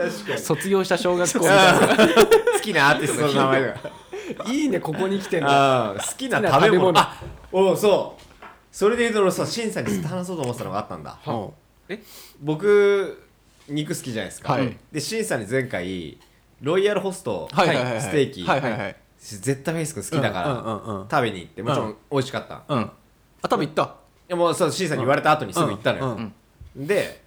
[SPEAKER 3] 確か
[SPEAKER 1] 卒業した小学校みたい
[SPEAKER 3] 好きなアーティストの名前が
[SPEAKER 1] ないいねここに来てんの
[SPEAKER 3] あー好きな食べ
[SPEAKER 1] 好き
[SPEAKER 3] 物
[SPEAKER 1] な
[SPEAKER 3] あおうそうそれで言うと俺さしんさんにずっと話そうと思ってたのがあったんだ
[SPEAKER 1] うん
[SPEAKER 3] 僕肉好きじゃないですか、
[SPEAKER 1] はい
[SPEAKER 3] でしんさんに前回ロイヤルホスト
[SPEAKER 1] はいはいはい
[SPEAKER 3] ステーキ
[SPEAKER 1] はいはいはい
[SPEAKER 3] 絶対フェイス君好きだから、
[SPEAKER 1] うんうんうんうん
[SPEAKER 3] 食べに行ってもちろ
[SPEAKER 1] うん
[SPEAKER 3] ん美味しかった、い
[SPEAKER 1] うんあ多分行った
[SPEAKER 3] やもうそうしんさんに言われた後にすぐ行ったのよ、
[SPEAKER 1] うん
[SPEAKER 3] で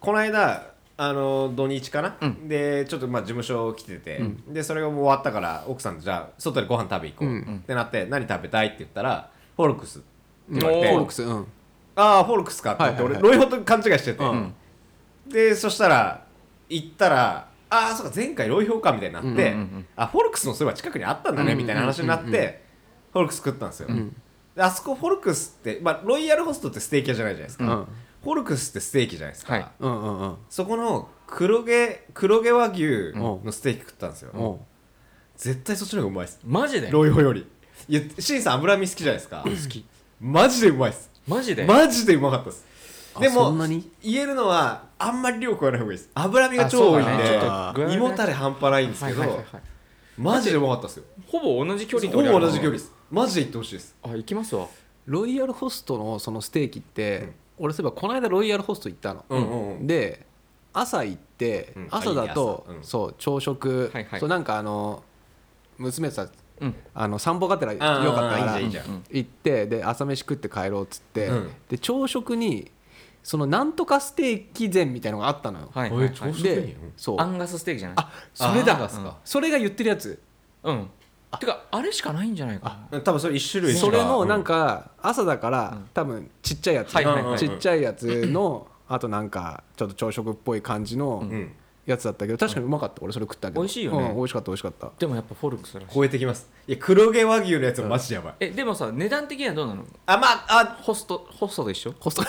[SPEAKER 3] この間あの土日かな、
[SPEAKER 2] ん
[SPEAKER 3] でちょっとまあ事務所来てて、でそれがもう終わったから奥さんとじゃあ外でご飯食べ行こう、
[SPEAKER 1] うん
[SPEAKER 3] ってなって何食べたいって言ったらフォルクスって言わ
[SPEAKER 1] フ
[SPEAKER 3] れて、
[SPEAKER 1] ォルクスうん
[SPEAKER 3] ああフォルクスかって言って、
[SPEAKER 1] はいはいはい
[SPEAKER 3] 俺ロイホと勘違いして
[SPEAKER 1] う
[SPEAKER 3] て、
[SPEAKER 1] ん
[SPEAKER 3] でそしたら行ったらああそうか前回ロイホかみたいになって、
[SPEAKER 1] うんうん
[SPEAKER 2] うん
[SPEAKER 3] あフォルクスもそういえば近くにあったんだねみたいな話になって、フォルクス食ったんですよ、であそこフォルクスって、まあ、ロイヤルホストってステーキ屋じゃないじゃないですか、
[SPEAKER 1] うん
[SPEAKER 3] フォルクスってステーキじゃないですか、
[SPEAKER 2] はい
[SPEAKER 1] うんうんうん
[SPEAKER 3] そこの黒毛黒毛和牛のステーキ食ったんですよ、
[SPEAKER 1] おう
[SPEAKER 3] 絶対そっちの方がうまいです
[SPEAKER 2] マジで
[SPEAKER 3] ロイホよりいやシンさん脂身好きじゃないですか好きマジでうまいです
[SPEAKER 2] マジで
[SPEAKER 3] マジでうまかったです
[SPEAKER 1] あ
[SPEAKER 3] でも
[SPEAKER 1] そんなに
[SPEAKER 3] 言えるのはあんまり量食わない方がいいです脂身が超多いん
[SPEAKER 1] あそうだねちょっと
[SPEAKER 2] 具合が
[SPEAKER 3] で
[SPEAKER 2] ね
[SPEAKER 3] 胃もたれ半端ないんです
[SPEAKER 2] は
[SPEAKER 3] け
[SPEAKER 2] い
[SPEAKER 3] ど
[SPEAKER 2] はいはいはい
[SPEAKER 3] マジでうまかったですよ
[SPEAKER 2] ほぼ同じ距離
[SPEAKER 3] ほ
[SPEAKER 2] 俺あ
[SPEAKER 3] ぼ
[SPEAKER 2] る
[SPEAKER 3] 同じ距離ですマジで行ってほしいです
[SPEAKER 2] あ行きますわ
[SPEAKER 1] ロイヤルホストのそのステーキって、俺そういえばこの間ロイヤルホスト行ったの、
[SPEAKER 3] うんうんうん
[SPEAKER 1] で朝行って、
[SPEAKER 3] うん
[SPEAKER 1] 朝だと
[SPEAKER 3] あいいね朝
[SPEAKER 1] そ
[SPEAKER 3] うん
[SPEAKER 1] う朝食、
[SPEAKER 2] はいはい
[SPEAKER 1] そうなんかあの娘とさ
[SPEAKER 2] うん
[SPEAKER 1] あの散歩がてらよかったか
[SPEAKER 3] あー
[SPEAKER 1] ら
[SPEAKER 3] いいじゃんいいじゃん
[SPEAKER 1] うん行ってで朝飯食って帰ろうっつって、
[SPEAKER 3] うん
[SPEAKER 1] で朝食にそのなんとかステーキ膳みたいのがあったのよ、
[SPEAKER 2] はい
[SPEAKER 3] え
[SPEAKER 2] はい
[SPEAKER 3] 朝
[SPEAKER 2] は
[SPEAKER 3] 食
[SPEAKER 2] い
[SPEAKER 3] いい
[SPEAKER 1] で
[SPEAKER 3] ねうん
[SPEAKER 1] そう
[SPEAKER 2] アンガスステーキじゃない
[SPEAKER 1] あそれだ
[SPEAKER 3] あーですか
[SPEAKER 1] それが言ってるやつ
[SPEAKER 2] うんてかあれしかないんじゃないか
[SPEAKER 3] 多分それ一種類しか
[SPEAKER 1] それのなんか朝だから多分ちっちゃいやつ、
[SPEAKER 2] はいはい
[SPEAKER 3] はい
[SPEAKER 1] ちっちゃいやつのあとなんかちょっと朝食っぽい感じの
[SPEAKER 3] うん
[SPEAKER 1] やつだったけど確かにうまかった俺それ食ったけど
[SPEAKER 2] 美味しいよね
[SPEAKER 1] うん美味しかった美味しかった
[SPEAKER 2] でもやっぱフォルクスらしい
[SPEAKER 3] 超えてきますいや黒毛和牛のやつはマジでやばい
[SPEAKER 2] えでもさ値段的にはどうなの
[SPEAKER 3] あまああ
[SPEAKER 2] ホストホストと一緒
[SPEAKER 1] ホスト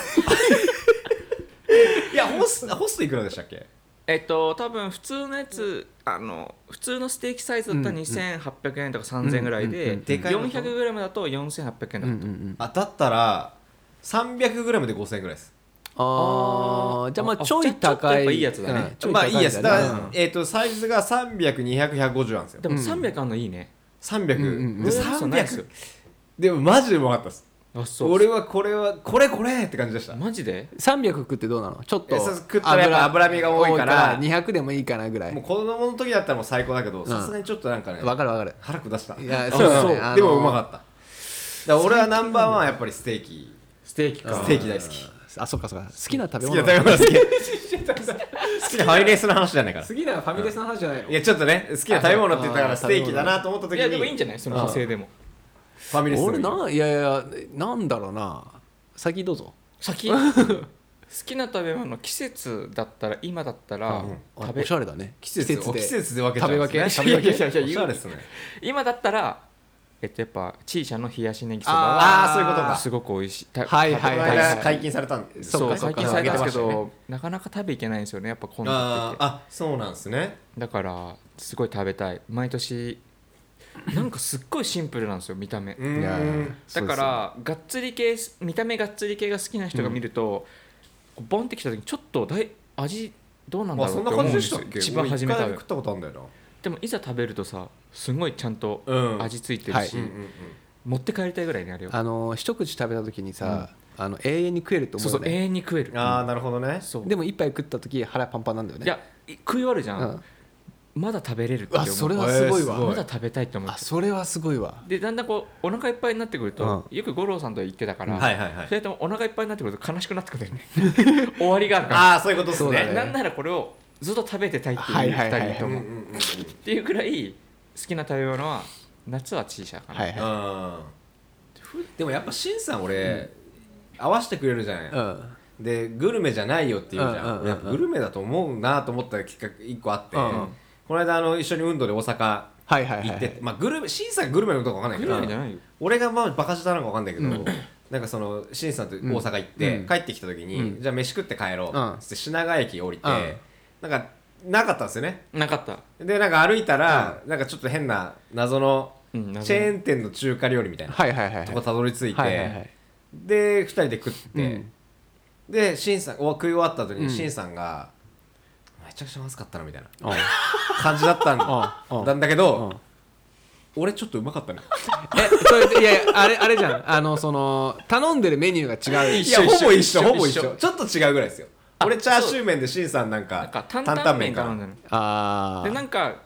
[SPEAKER 3] いやホスホストいくらでしたっけ
[SPEAKER 2] えっと多分普通のやつあの普通のステーキサイズだったら
[SPEAKER 1] うんうん
[SPEAKER 2] 2800円とか3000円ぐらいで
[SPEAKER 3] でかいの
[SPEAKER 2] 400g だと4800円
[SPEAKER 1] うん
[SPEAKER 2] だ
[SPEAKER 1] う
[SPEAKER 2] っ
[SPEAKER 1] んうん
[SPEAKER 3] あだったら 300g で5000円ぐらいです
[SPEAKER 1] あーじゃあまあ
[SPEAKER 2] あ
[SPEAKER 1] ちょい高
[SPEAKER 2] ちょっとやっぱ
[SPEAKER 1] い
[SPEAKER 2] いいやつだね
[SPEAKER 1] うんちょ
[SPEAKER 3] ま
[SPEAKER 1] 高
[SPEAKER 3] あいいやつだから、
[SPEAKER 1] うん
[SPEAKER 3] えっ、とサイズが30020050なんですよ
[SPEAKER 2] たでも300あんのいいね
[SPEAKER 3] 300、
[SPEAKER 1] うんうんうん
[SPEAKER 3] で
[SPEAKER 2] ロイヤルホストないですよ
[SPEAKER 3] 300でもマジでうまかったです
[SPEAKER 2] あそう
[SPEAKER 3] 俺はこれはこれこれって感じでした
[SPEAKER 2] マジで
[SPEAKER 1] 300食ってどうなのちょっと
[SPEAKER 3] えそう食ったらやっぱ脂身が多いから
[SPEAKER 1] 200でもいいかなぐらい
[SPEAKER 3] もう
[SPEAKER 1] わ
[SPEAKER 3] 子供の時だったらもう最高だけどさすがにちょっとなんかね
[SPEAKER 1] かるわかる
[SPEAKER 3] 腹下した
[SPEAKER 1] いや
[SPEAKER 3] ん
[SPEAKER 1] そうそうあの
[SPEAKER 3] でもうまかっただから俺はナンバーワンはやっぱりステーキ
[SPEAKER 2] ステーキか
[SPEAKER 3] ステーキ大好き
[SPEAKER 1] あそっかそっか好きな食べ
[SPEAKER 3] 好き
[SPEAKER 1] 物
[SPEAKER 3] な食べ物好き好きなハイレースの話じゃないから
[SPEAKER 1] きなファミレスの話じゃないの
[SPEAKER 3] いやちょっとね好きな食べ物って言ったから
[SPEAKER 1] あ
[SPEAKER 3] ステーキだなと思った時
[SPEAKER 2] い
[SPEAKER 3] に
[SPEAKER 2] やでもいいんじゃないその派生でも
[SPEAKER 3] ファミレスの
[SPEAKER 1] 俺ないやいやなんだろうな先どうぞ
[SPEAKER 3] *laughs*
[SPEAKER 2] 先好きな食べ物季節だったら今だったら
[SPEAKER 3] うん
[SPEAKER 1] あ
[SPEAKER 2] 食
[SPEAKER 1] お
[SPEAKER 2] べ
[SPEAKER 1] しゃれだね
[SPEAKER 3] 季節
[SPEAKER 1] で
[SPEAKER 3] を季節で分けちゃ
[SPEAKER 1] 食べ
[SPEAKER 3] うん
[SPEAKER 1] 分け
[SPEAKER 3] *laughs* です
[SPEAKER 1] 食
[SPEAKER 3] ね
[SPEAKER 1] べ分け
[SPEAKER 2] いやいやいや
[SPEAKER 3] おしゃれですね
[SPEAKER 2] 今だったらえっとやっぱちいちゃんの冷やしネギそば
[SPEAKER 3] あー
[SPEAKER 2] は
[SPEAKER 3] そういうことか
[SPEAKER 2] すごく美味しいた
[SPEAKER 1] はいは
[SPEAKER 3] こ
[SPEAKER 1] い
[SPEAKER 3] の
[SPEAKER 1] は
[SPEAKER 2] 食べた
[SPEAKER 3] 間
[SPEAKER 1] い
[SPEAKER 3] 解禁されたんで
[SPEAKER 1] そうか
[SPEAKER 2] そう
[SPEAKER 1] そう
[SPEAKER 2] 解
[SPEAKER 1] か
[SPEAKER 2] 禁されたんですけ
[SPEAKER 3] あげて
[SPEAKER 2] どなかなか食べ行けないんですよねやっぱ混んで
[SPEAKER 3] あー
[SPEAKER 2] て
[SPEAKER 3] あそうなんですね
[SPEAKER 2] だからすごい食べたい毎年なんかすっごいシンプルなんですよ見た目
[SPEAKER 3] うーん
[SPEAKER 1] いやー
[SPEAKER 2] だからがっつり系見た目がっつり系が好きな人が見ると、こうボンってきた時にちょっとだい味どうなんだ
[SPEAKER 3] あ
[SPEAKER 2] ろう
[SPEAKER 3] そ
[SPEAKER 2] っ
[SPEAKER 3] ん
[SPEAKER 2] て
[SPEAKER 3] な
[SPEAKER 2] 思うん
[SPEAKER 3] 感じ
[SPEAKER 2] で
[SPEAKER 3] ですし
[SPEAKER 2] よ
[SPEAKER 3] たっけ
[SPEAKER 2] 一番初め
[SPEAKER 3] 俺一
[SPEAKER 2] 食
[SPEAKER 3] 回
[SPEAKER 2] べ
[SPEAKER 3] 食ったことあるんだよな
[SPEAKER 2] でもいざ食べるとさすごいちゃんと
[SPEAKER 3] うん
[SPEAKER 2] 味ついてるし、
[SPEAKER 1] は
[SPEAKER 3] うんうんうん
[SPEAKER 2] 持って帰りたいぐらいにあるよ
[SPEAKER 1] あの一口食べた時にさ、あの永遠に食えると
[SPEAKER 2] そ
[SPEAKER 1] 思
[SPEAKER 2] う
[SPEAKER 1] う
[SPEAKER 2] そ
[SPEAKER 1] よ
[SPEAKER 2] う永
[SPEAKER 1] ね
[SPEAKER 2] 遠に食える
[SPEAKER 3] ああなるほどね
[SPEAKER 2] そう
[SPEAKER 1] でも一杯食った時腹パンパンなんだよね
[SPEAKER 2] いやい食い終わるじゃん、
[SPEAKER 1] うん
[SPEAKER 2] まだ食べれるっ
[SPEAKER 1] う
[SPEAKER 2] て思
[SPEAKER 1] わ
[SPEAKER 2] う
[SPEAKER 1] それはすごい
[SPEAKER 3] えーすご
[SPEAKER 1] わ、
[SPEAKER 2] まだ食べたいって思っ
[SPEAKER 1] あ
[SPEAKER 2] て
[SPEAKER 1] それはすごいわ
[SPEAKER 2] でだんだんこうお腹いっぱいになってくると、よく五郎さんと言ってたから、
[SPEAKER 3] はいはいはい
[SPEAKER 2] それともお腹いっぱいになってくると悲しくなってくるよね *laughs* 終わりがあるから
[SPEAKER 3] ああそういうことです
[SPEAKER 1] そうだ
[SPEAKER 3] ね
[SPEAKER 1] ね
[SPEAKER 2] なんならこれをずっと食べてたいって
[SPEAKER 1] はい
[SPEAKER 2] いう
[SPEAKER 1] はいはい
[SPEAKER 2] 2人と
[SPEAKER 3] うんう
[SPEAKER 2] も
[SPEAKER 3] んうんうん
[SPEAKER 2] っていうくらい好きな食べ物は夏はチーシャかな、
[SPEAKER 1] はいはい、
[SPEAKER 3] うんでもやっぱしんさん俺合わせてくれるじゃない
[SPEAKER 1] うん
[SPEAKER 3] でグルメじゃないよって言うじゃん,、
[SPEAKER 1] うんうんうんうん
[SPEAKER 3] やっぱグルメだと思うなと思った企画一個あって、
[SPEAKER 1] うんうん
[SPEAKER 3] この間あの一緒に運動で大阪
[SPEAKER 1] はいはいはい
[SPEAKER 3] 行ってて、まあグルメしんさんグルメのことか分かんないけ
[SPEAKER 2] グル
[SPEAKER 3] ど
[SPEAKER 2] メじゃないよ
[SPEAKER 3] 俺がまあバカ舌なのか分かんないけど、なんかそのしんさんと大阪行って、
[SPEAKER 1] うん
[SPEAKER 3] 帰ってきた時に、
[SPEAKER 1] うん
[SPEAKER 3] じゃあ飯食って帰ろう、
[SPEAKER 1] うん
[SPEAKER 3] つって品川駅降りて、
[SPEAKER 1] う
[SPEAKER 3] なんかなかったんですよね
[SPEAKER 2] なかった
[SPEAKER 3] でなんか歩いたら、なんかちょっと変な謎のチ
[SPEAKER 2] うん
[SPEAKER 3] ェ
[SPEAKER 2] 謎の
[SPEAKER 3] ーン店の中華料理みたいな
[SPEAKER 1] はいはいはいはい
[SPEAKER 3] とこたどり着いて、
[SPEAKER 1] はいはいはい
[SPEAKER 3] で2人で食って、
[SPEAKER 1] うん
[SPEAKER 3] でしんさんお食い終わった後にしんさんが「おめちゃくちゃまずかったなみたいな
[SPEAKER 1] うん
[SPEAKER 3] 感じだったん
[SPEAKER 1] うんうん
[SPEAKER 3] なんだけど俺ちょっとうまかったね
[SPEAKER 1] えそれでいやいやあれあれじゃんあのその頼んでるメニューが違う
[SPEAKER 3] いやほぼ一緒
[SPEAKER 2] 一緒
[SPEAKER 3] ほぼ一
[SPEAKER 2] 一
[SPEAKER 3] 緒
[SPEAKER 2] 緒
[SPEAKER 3] ちょっと違うぐらいですよ俺チャーシュー麺でしんさんなん
[SPEAKER 2] なんか
[SPEAKER 3] か
[SPEAKER 2] 担
[SPEAKER 3] 担
[SPEAKER 2] 々
[SPEAKER 3] 々
[SPEAKER 2] 麺
[SPEAKER 3] 麺か
[SPEAKER 2] 頼んだ
[SPEAKER 3] な
[SPEAKER 2] の
[SPEAKER 1] あ
[SPEAKER 2] でな
[SPEAKER 1] あ
[SPEAKER 2] んか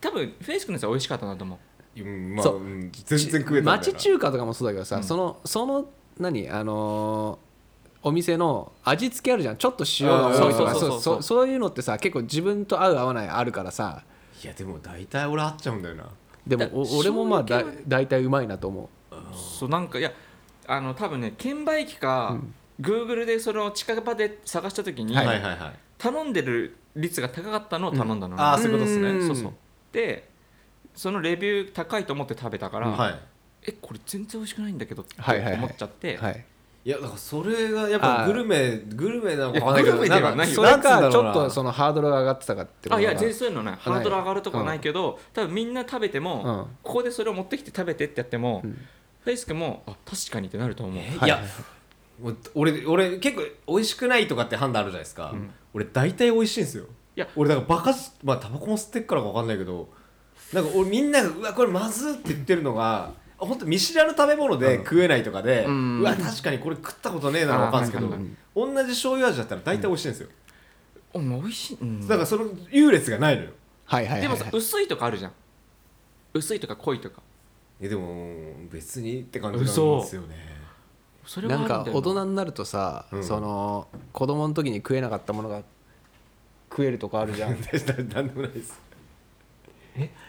[SPEAKER 2] 多分フェイス君のやつは美味しかったなと思う
[SPEAKER 3] うんまあ
[SPEAKER 1] そう
[SPEAKER 3] うん全然食えたんだよな
[SPEAKER 1] 町中華とかもそうだけどさ、
[SPEAKER 2] うん
[SPEAKER 1] そのその何あのーお店の味付けあるじゃんちょっと塩が多いとか
[SPEAKER 2] あーそうそうそうそう
[SPEAKER 1] そうそういうのってさ結構自分と合う合わないあるからさ
[SPEAKER 3] いやでも大体俺合っちゃうんだよな
[SPEAKER 1] でも
[SPEAKER 2] だ
[SPEAKER 1] お俺もまあ
[SPEAKER 2] 醤
[SPEAKER 1] だ
[SPEAKER 2] 油系は
[SPEAKER 1] 大体うまいなと思
[SPEAKER 2] そうなんかいやあの多分ね券売機か、Google でそれを近場で探した時に、
[SPEAKER 3] はいはいはい
[SPEAKER 2] 頼んでる率が高かったのを頼んだのね、
[SPEAKER 3] ああそういうことです
[SPEAKER 1] う
[SPEAKER 3] ね
[SPEAKER 1] ん
[SPEAKER 2] そうそうでそのレビュー高いと思って食べたから、
[SPEAKER 3] はい
[SPEAKER 2] えこれ全然美味しくないんだけどって
[SPEAKER 1] はいはいはい
[SPEAKER 2] 思っちゃって、
[SPEAKER 1] うはい
[SPEAKER 3] いやだからそれがやっ
[SPEAKER 1] あ
[SPEAKER 3] ぱ
[SPEAKER 1] ー
[SPEAKER 3] グルメグルメなのかわかんないけど
[SPEAKER 2] いやグルメではない
[SPEAKER 1] そ
[SPEAKER 2] よ
[SPEAKER 1] れ
[SPEAKER 3] んつうんだろ
[SPEAKER 1] か
[SPEAKER 3] う
[SPEAKER 1] ちょ
[SPEAKER 3] な
[SPEAKER 1] っとそのハードルが上がってたかってこと
[SPEAKER 2] あいや全
[SPEAKER 1] が
[SPEAKER 2] 然そういうのないハードル上がるとかはないけど、多分みんな食べても、
[SPEAKER 1] うん
[SPEAKER 2] ここでそれを持ってきて食べてってやっても、
[SPEAKER 1] ん
[SPEAKER 2] フェイス君もあ確かにってなると思う、
[SPEAKER 3] いやもう俺俺結構美味しくないとかって判断あるじゃないですか、俺大体美味しいんですよ
[SPEAKER 2] いや
[SPEAKER 3] 俺だからバカすまあタバコも吸ってっからか分かんないけどなんか俺みんながうわこれまずいって言ってるのが本当見知らぬ食べ物で食えないとかで、う
[SPEAKER 2] うん
[SPEAKER 3] わ確かにこれ食ったことねえなの分かるんですけど、
[SPEAKER 2] あはいはい
[SPEAKER 3] 同じ醤油味だったら大体美味しいんですよ、
[SPEAKER 2] お前美味しい、うん
[SPEAKER 3] だからその優劣がないのよ
[SPEAKER 1] はいはいはい
[SPEAKER 2] で
[SPEAKER 1] は
[SPEAKER 2] も
[SPEAKER 1] い
[SPEAKER 2] さ薄いとかあるじゃん薄いとか濃いとか
[SPEAKER 3] えでも別にって感じなんですよね
[SPEAKER 2] それはあ
[SPEAKER 1] な
[SPEAKER 2] る
[SPEAKER 1] ん
[SPEAKER 2] だよ
[SPEAKER 1] か大人になるとさ、
[SPEAKER 3] うん
[SPEAKER 1] その子供の時に食えなかったものが食えるとかあるじゃ
[SPEAKER 3] *laughs*
[SPEAKER 1] ん
[SPEAKER 3] 何でもないです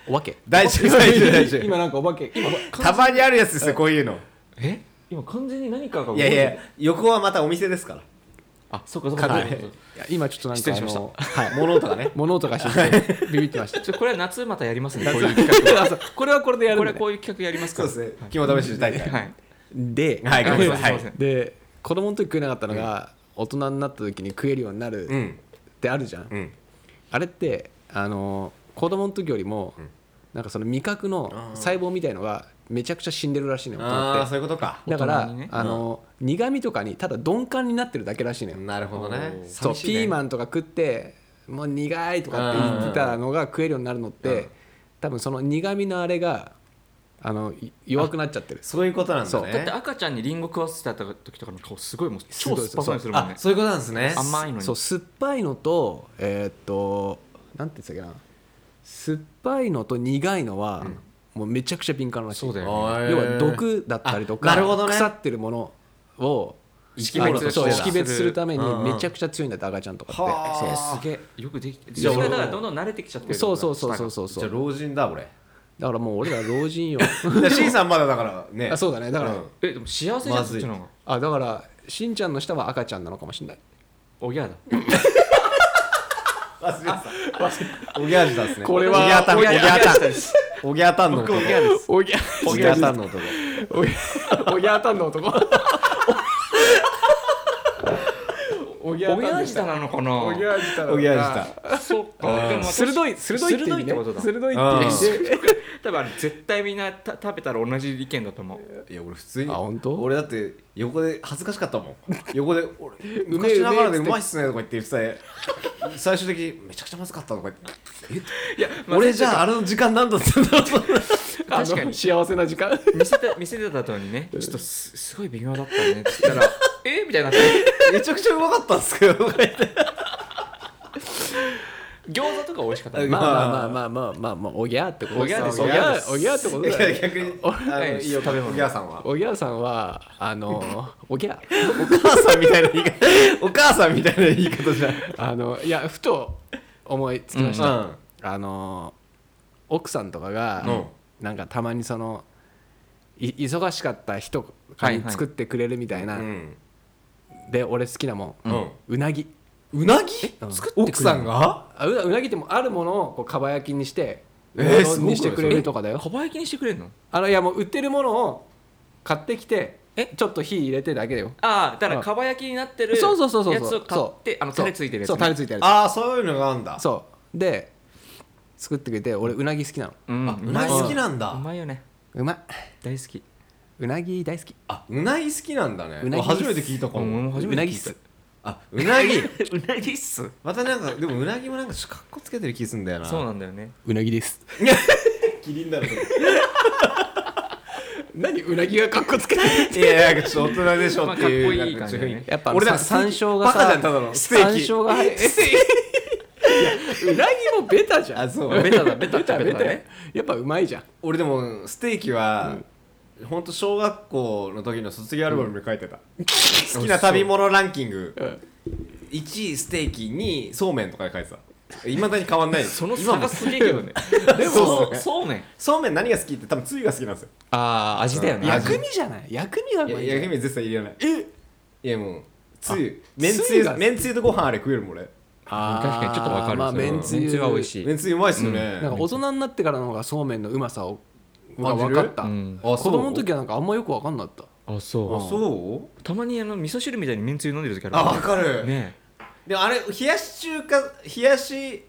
[SPEAKER 1] お化け
[SPEAKER 3] 大丈夫大丈夫大丈夫
[SPEAKER 1] 今なんかお化け今
[SPEAKER 3] たまにあるやつですよこういうの
[SPEAKER 2] え今完全に何かが動
[SPEAKER 3] い
[SPEAKER 2] て
[SPEAKER 3] や
[SPEAKER 2] る
[SPEAKER 3] いや横はまたお店ですから
[SPEAKER 2] あそうかそうか、
[SPEAKER 1] か
[SPEAKER 2] そうかそうか
[SPEAKER 1] いや今ちょっとなんか
[SPEAKER 2] 失礼しました
[SPEAKER 1] あのはい
[SPEAKER 3] 物音がね
[SPEAKER 1] 物音がしててビビってました
[SPEAKER 2] ちょこれは夏またやりますねこういう
[SPEAKER 1] あそう *laughs* これはこれでやる
[SPEAKER 2] こ
[SPEAKER 1] ん
[SPEAKER 2] れ
[SPEAKER 1] だ
[SPEAKER 2] こういう企画やりま
[SPEAKER 3] *laughs*
[SPEAKER 2] す
[SPEAKER 3] そ
[SPEAKER 2] か
[SPEAKER 3] う
[SPEAKER 2] ら
[SPEAKER 3] ですね肝試し大会
[SPEAKER 2] はい、はい
[SPEAKER 1] で、
[SPEAKER 3] はいごめんなさい
[SPEAKER 2] はい
[SPEAKER 3] はい
[SPEAKER 1] で子供の時食えなかったのが、大人になった時に食えるようになる
[SPEAKER 3] う
[SPEAKER 1] っ
[SPEAKER 3] ん
[SPEAKER 1] てあるじゃん、
[SPEAKER 3] うん
[SPEAKER 1] あれってあの子供の時よりも、なんかその味覚の細胞みたいのがめちゃくちゃ死んでるらしいのよ大人って
[SPEAKER 3] ああそういうことか
[SPEAKER 1] だか
[SPEAKER 2] 大
[SPEAKER 1] ら、
[SPEAKER 2] 人にね
[SPEAKER 1] あの苦味とかにただ鈍感になってるだけらしいのよ、
[SPEAKER 3] なるほどね
[SPEAKER 1] そうピーマンとか食ってもう苦いとかって言ってたのが食えるようになるのって、
[SPEAKER 3] うん
[SPEAKER 1] 多分その苦味のあれがあのい弱くなっちゃってる
[SPEAKER 3] そういうことなんだ
[SPEAKER 1] そう
[SPEAKER 2] だって
[SPEAKER 3] ね
[SPEAKER 2] 赤ちゃんにリンゴ食わせた時とかの顔すごいもう
[SPEAKER 1] すご
[SPEAKER 2] 超
[SPEAKER 1] い
[SPEAKER 2] 酸っぱそうにするもん
[SPEAKER 3] あ
[SPEAKER 2] ね
[SPEAKER 3] そういうことなんですね
[SPEAKER 2] 甘いのに
[SPEAKER 1] そう酸っぱいのとえーっとなんて言ってたっけな酸っぱいのと苦いのは、もうめちゃくちゃ敏感らしい
[SPEAKER 2] そうだよね
[SPEAKER 3] あー
[SPEAKER 1] 要は毒だったりとか
[SPEAKER 3] あなるほどね
[SPEAKER 1] 腐ってるものを
[SPEAKER 2] 識別
[SPEAKER 1] あのそう
[SPEAKER 2] してた
[SPEAKER 1] 識別するために
[SPEAKER 3] うんうん
[SPEAKER 1] めちゃくちゃ強いんだって赤ちゃんとかって
[SPEAKER 3] は
[SPEAKER 1] そう
[SPEAKER 3] ー
[SPEAKER 2] すげえよくできて
[SPEAKER 3] じゃあ
[SPEAKER 2] それ
[SPEAKER 3] 俺
[SPEAKER 2] だからどんどん慣れてきちゃってる
[SPEAKER 1] そうそうそうそううそう
[SPEAKER 3] じ
[SPEAKER 1] そ
[SPEAKER 3] ゃあ
[SPEAKER 1] う
[SPEAKER 3] 老人だ俺
[SPEAKER 1] だからもう俺ら老人よ
[SPEAKER 3] C さんまだだからね
[SPEAKER 1] あそうだねだから、
[SPEAKER 3] うん
[SPEAKER 2] えでも幸せじゃ
[SPEAKER 3] ま
[SPEAKER 2] んそ
[SPEAKER 3] ず
[SPEAKER 2] っ
[SPEAKER 3] い
[SPEAKER 2] ちの方が
[SPEAKER 1] あだからしんちゃんの下は赤ちゃんなのかもしれない
[SPEAKER 2] おぎゃだ
[SPEAKER 3] 忘れてたおぎゃ味だですね
[SPEAKER 1] これは
[SPEAKER 3] おぎゃたんお
[SPEAKER 1] お
[SPEAKER 3] ぎ
[SPEAKER 1] ぎゃ
[SPEAKER 3] ゃたんおぎゃたんの
[SPEAKER 2] 僕
[SPEAKER 3] 男
[SPEAKER 2] おぎゃです
[SPEAKER 1] おぎゃ
[SPEAKER 3] おぎゃたんの男
[SPEAKER 1] おぎゃおぎゃあたんの男 *laughs* おぎ
[SPEAKER 2] おぎゃ味だなのかな
[SPEAKER 1] おぎゃあじた
[SPEAKER 3] おぎゃ味だ
[SPEAKER 2] そっかでも私
[SPEAKER 1] 鋭い鋭いって意味ね
[SPEAKER 2] 鋭いってことだ
[SPEAKER 1] 鋭いって意味 *laughs* で
[SPEAKER 2] 多分あれ絶対みんなた食べたら同じ意見だと思う
[SPEAKER 3] いや俺普通に
[SPEAKER 1] あ本当
[SPEAKER 3] 俺だって横で恥ずかしかった *laughs* もん横で俺
[SPEAKER 1] うめえ
[SPEAKER 3] 昔ながらでうまいっすねとか言って言ってた最終的にめちゃくちゃまずかったとか言って
[SPEAKER 2] いやまあ
[SPEAKER 3] 俺じゃああの時間何だったんだろ *laughs* うと思って
[SPEAKER 2] 確か
[SPEAKER 1] あの
[SPEAKER 2] に
[SPEAKER 1] 幸せな時間
[SPEAKER 2] 見せて見せてたのに *laughs* ねちょっとすすごい微妙だったねって言ったら *laughs* えみたいになって
[SPEAKER 3] めちゃくちゃうまかったんですけどとか言って
[SPEAKER 2] 餃子とか美味しかった
[SPEAKER 1] *laughs* まあまあまあまあまあまあまあおぎゃーってこと
[SPEAKER 2] おぎゃーです
[SPEAKER 1] おぎゃ
[SPEAKER 3] おぎゃーです
[SPEAKER 1] ーおぎゃーってことだ
[SPEAKER 3] いや
[SPEAKER 1] よ
[SPEAKER 3] 逆にあのいいよ食べ物おぎゃさんは
[SPEAKER 1] おぎゃーさんはあ
[SPEAKER 3] *laughs*
[SPEAKER 1] のおぎゃー
[SPEAKER 3] お母さんみたいな言い方お母さんみたいな言い方じゃん
[SPEAKER 1] あのいやふと思いつきました、
[SPEAKER 3] うん
[SPEAKER 1] あの奥さんとかが、なんかたまにそのい忙しかった人とかに作ってくれるみたいな、
[SPEAKER 3] うん
[SPEAKER 1] で俺好きなもん、
[SPEAKER 3] うん
[SPEAKER 1] うなぎ
[SPEAKER 3] うなぎ
[SPEAKER 1] うん
[SPEAKER 3] 奥さんが
[SPEAKER 1] あうなうなぎってもうあるものをこうかば焼きにして
[SPEAKER 3] えー
[SPEAKER 1] うどんにしてくれる
[SPEAKER 2] と
[SPEAKER 1] とかだよ
[SPEAKER 2] 小ば焼きにしてくれるの
[SPEAKER 1] あのいやもう売ってるものを買ってきて
[SPEAKER 2] え
[SPEAKER 1] ちょっと火入れてだけだよ
[SPEAKER 2] ああだか
[SPEAKER 1] う
[SPEAKER 2] ら
[SPEAKER 1] ん
[SPEAKER 2] かば焼きになってる
[SPEAKER 1] そうそうそうそう
[SPEAKER 2] やつを買って
[SPEAKER 1] そう
[SPEAKER 2] あのタレついてるやつ
[SPEAKER 1] そ
[SPEAKER 2] ね
[SPEAKER 1] うタレついてるや
[SPEAKER 3] ああそういうのがあんだ
[SPEAKER 1] つそうで作ってくれて俺うなぎ好きなの
[SPEAKER 2] うん
[SPEAKER 3] あうなぎ好きなん
[SPEAKER 2] う
[SPEAKER 3] だ
[SPEAKER 2] まいよね
[SPEAKER 1] うまい
[SPEAKER 2] 大好き
[SPEAKER 1] うなぎ大好き
[SPEAKER 3] あうなぎ好きなんだね
[SPEAKER 1] うなぎ
[SPEAKER 3] 初めて聞いたか
[SPEAKER 2] うん俺
[SPEAKER 3] も
[SPEAKER 2] も初
[SPEAKER 1] うな
[SPEAKER 2] めて
[SPEAKER 1] ぎっ
[SPEAKER 2] 聞い
[SPEAKER 1] す
[SPEAKER 2] た
[SPEAKER 3] あうなぎ *laughs*
[SPEAKER 2] うなぎっす
[SPEAKER 3] またなんかでもうなぎもなんかちょっとかっこつけてる気すんだよな
[SPEAKER 2] そうなんだよね
[SPEAKER 1] うなぎです
[SPEAKER 2] *laughs*
[SPEAKER 3] キリンだろ
[SPEAKER 1] 何うなぎがかっこつけてる
[SPEAKER 3] いやなんかちょっと大人でしょっていう、
[SPEAKER 2] まあか
[SPEAKER 3] なん
[SPEAKER 2] っこいい感じだ
[SPEAKER 3] ち
[SPEAKER 2] ね
[SPEAKER 3] ょ
[SPEAKER 1] *laughs*
[SPEAKER 3] と
[SPEAKER 1] やっぱ
[SPEAKER 3] 俺なん
[SPEAKER 1] さ
[SPEAKER 3] か
[SPEAKER 1] 山椒が
[SPEAKER 3] バ
[SPEAKER 1] さ
[SPEAKER 3] カじゃんただのステーキ
[SPEAKER 1] 山椒が入る *laughs* いやうなぎもベタじゃん
[SPEAKER 3] あそう
[SPEAKER 2] ベタだベタ
[SPEAKER 1] ベ
[SPEAKER 2] っち
[SPEAKER 1] タ
[SPEAKER 2] ゃ
[SPEAKER 1] ベ
[SPEAKER 2] ベタ
[SPEAKER 1] タ
[SPEAKER 2] ね
[SPEAKER 1] やっぱうまいじゃん
[SPEAKER 3] 俺でもステーキは、ほんと小学校の時の卒業アルバムに書いてた、好きな食べ物ランキング1位ステーキ2位そうめんとかで書いてたいまだに変わんない
[SPEAKER 2] その
[SPEAKER 3] 今
[SPEAKER 2] 差
[SPEAKER 3] も
[SPEAKER 2] がすげえけどねでも
[SPEAKER 3] そうっす
[SPEAKER 2] そ
[SPEAKER 3] ね
[SPEAKER 2] うそ
[SPEAKER 3] そ
[SPEAKER 2] うめん
[SPEAKER 3] うめん何が好きって多分つゆが好きなんですよ
[SPEAKER 2] ああ味だよね
[SPEAKER 3] うん
[SPEAKER 2] 味
[SPEAKER 1] 薬味じゃない薬味がう
[SPEAKER 3] い
[SPEAKER 1] ま
[SPEAKER 3] や
[SPEAKER 1] い
[SPEAKER 3] い
[SPEAKER 1] じ
[SPEAKER 3] や
[SPEAKER 1] ゃん
[SPEAKER 3] 姫絶対入れない
[SPEAKER 1] え
[SPEAKER 3] いやもうつゆめんつ
[SPEAKER 1] つゆ
[SPEAKER 3] ゆ
[SPEAKER 1] が
[SPEAKER 3] めんつゆとご飯あれ食えるもん俺
[SPEAKER 1] あー
[SPEAKER 2] 確かにちょっとわかる
[SPEAKER 1] まあ
[SPEAKER 2] それは
[SPEAKER 1] めんつゆ
[SPEAKER 2] めんつゆは美味しい
[SPEAKER 3] めんつゆうまいっすよね、
[SPEAKER 1] なんか大人になってからの方がそうめんのうまさをが
[SPEAKER 3] 感じ
[SPEAKER 1] 分
[SPEAKER 3] る
[SPEAKER 1] かった、
[SPEAKER 2] うん
[SPEAKER 3] あ
[SPEAKER 1] 子
[SPEAKER 3] そう
[SPEAKER 1] 供の時はなんかあんまよく分かんなかった
[SPEAKER 2] あ
[SPEAKER 3] あ
[SPEAKER 2] そ
[SPEAKER 3] そう
[SPEAKER 2] うたまにあの味噌汁みたいにめんつゆ飲んでる時ある
[SPEAKER 3] あわかる、
[SPEAKER 2] ね
[SPEAKER 3] でもあれ冷やし中華冷やしん冷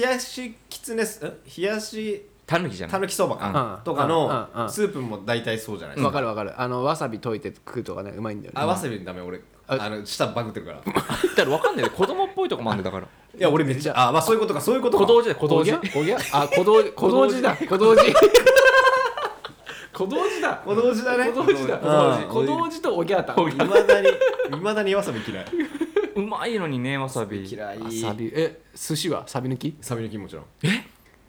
[SPEAKER 3] やしきつねすん冷やし
[SPEAKER 2] たぬきじゃない
[SPEAKER 3] たぬきそばか、
[SPEAKER 1] うん
[SPEAKER 3] とか
[SPEAKER 1] うんうんう
[SPEAKER 3] の
[SPEAKER 1] ん
[SPEAKER 3] スープも大体そうじゃないです
[SPEAKER 1] 分
[SPEAKER 3] か、
[SPEAKER 1] かる分かるあのわさび溶いて食うとかねうまいんだよね
[SPEAKER 3] あわさびダメ俺
[SPEAKER 1] あ
[SPEAKER 3] あの舌バグっ
[SPEAKER 1] *laughs*
[SPEAKER 3] てるからい
[SPEAKER 2] だからわかんないよ子供っぽいとこもあるんだよだか
[SPEAKER 3] や俺めっちゃあまあそういうことかそういうこと
[SPEAKER 2] ら
[SPEAKER 3] か
[SPEAKER 2] 小道寺だよ小道
[SPEAKER 1] おぎ
[SPEAKER 2] 寺
[SPEAKER 1] ゃおぎゃあ小道
[SPEAKER 3] *laughs*
[SPEAKER 1] 小道寺だ小道寺小道寺だ
[SPEAKER 3] 小道寺だね
[SPEAKER 1] 小道寺
[SPEAKER 3] う
[SPEAKER 1] だ
[SPEAKER 3] ん
[SPEAKER 1] 小道寺とおぎゃた
[SPEAKER 3] いまだにいまだにわさび嫌いう
[SPEAKER 2] まいのにねわさび
[SPEAKER 3] 嫌い
[SPEAKER 1] あサビえ寿司はサビ抜き
[SPEAKER 3] サビの気もちろん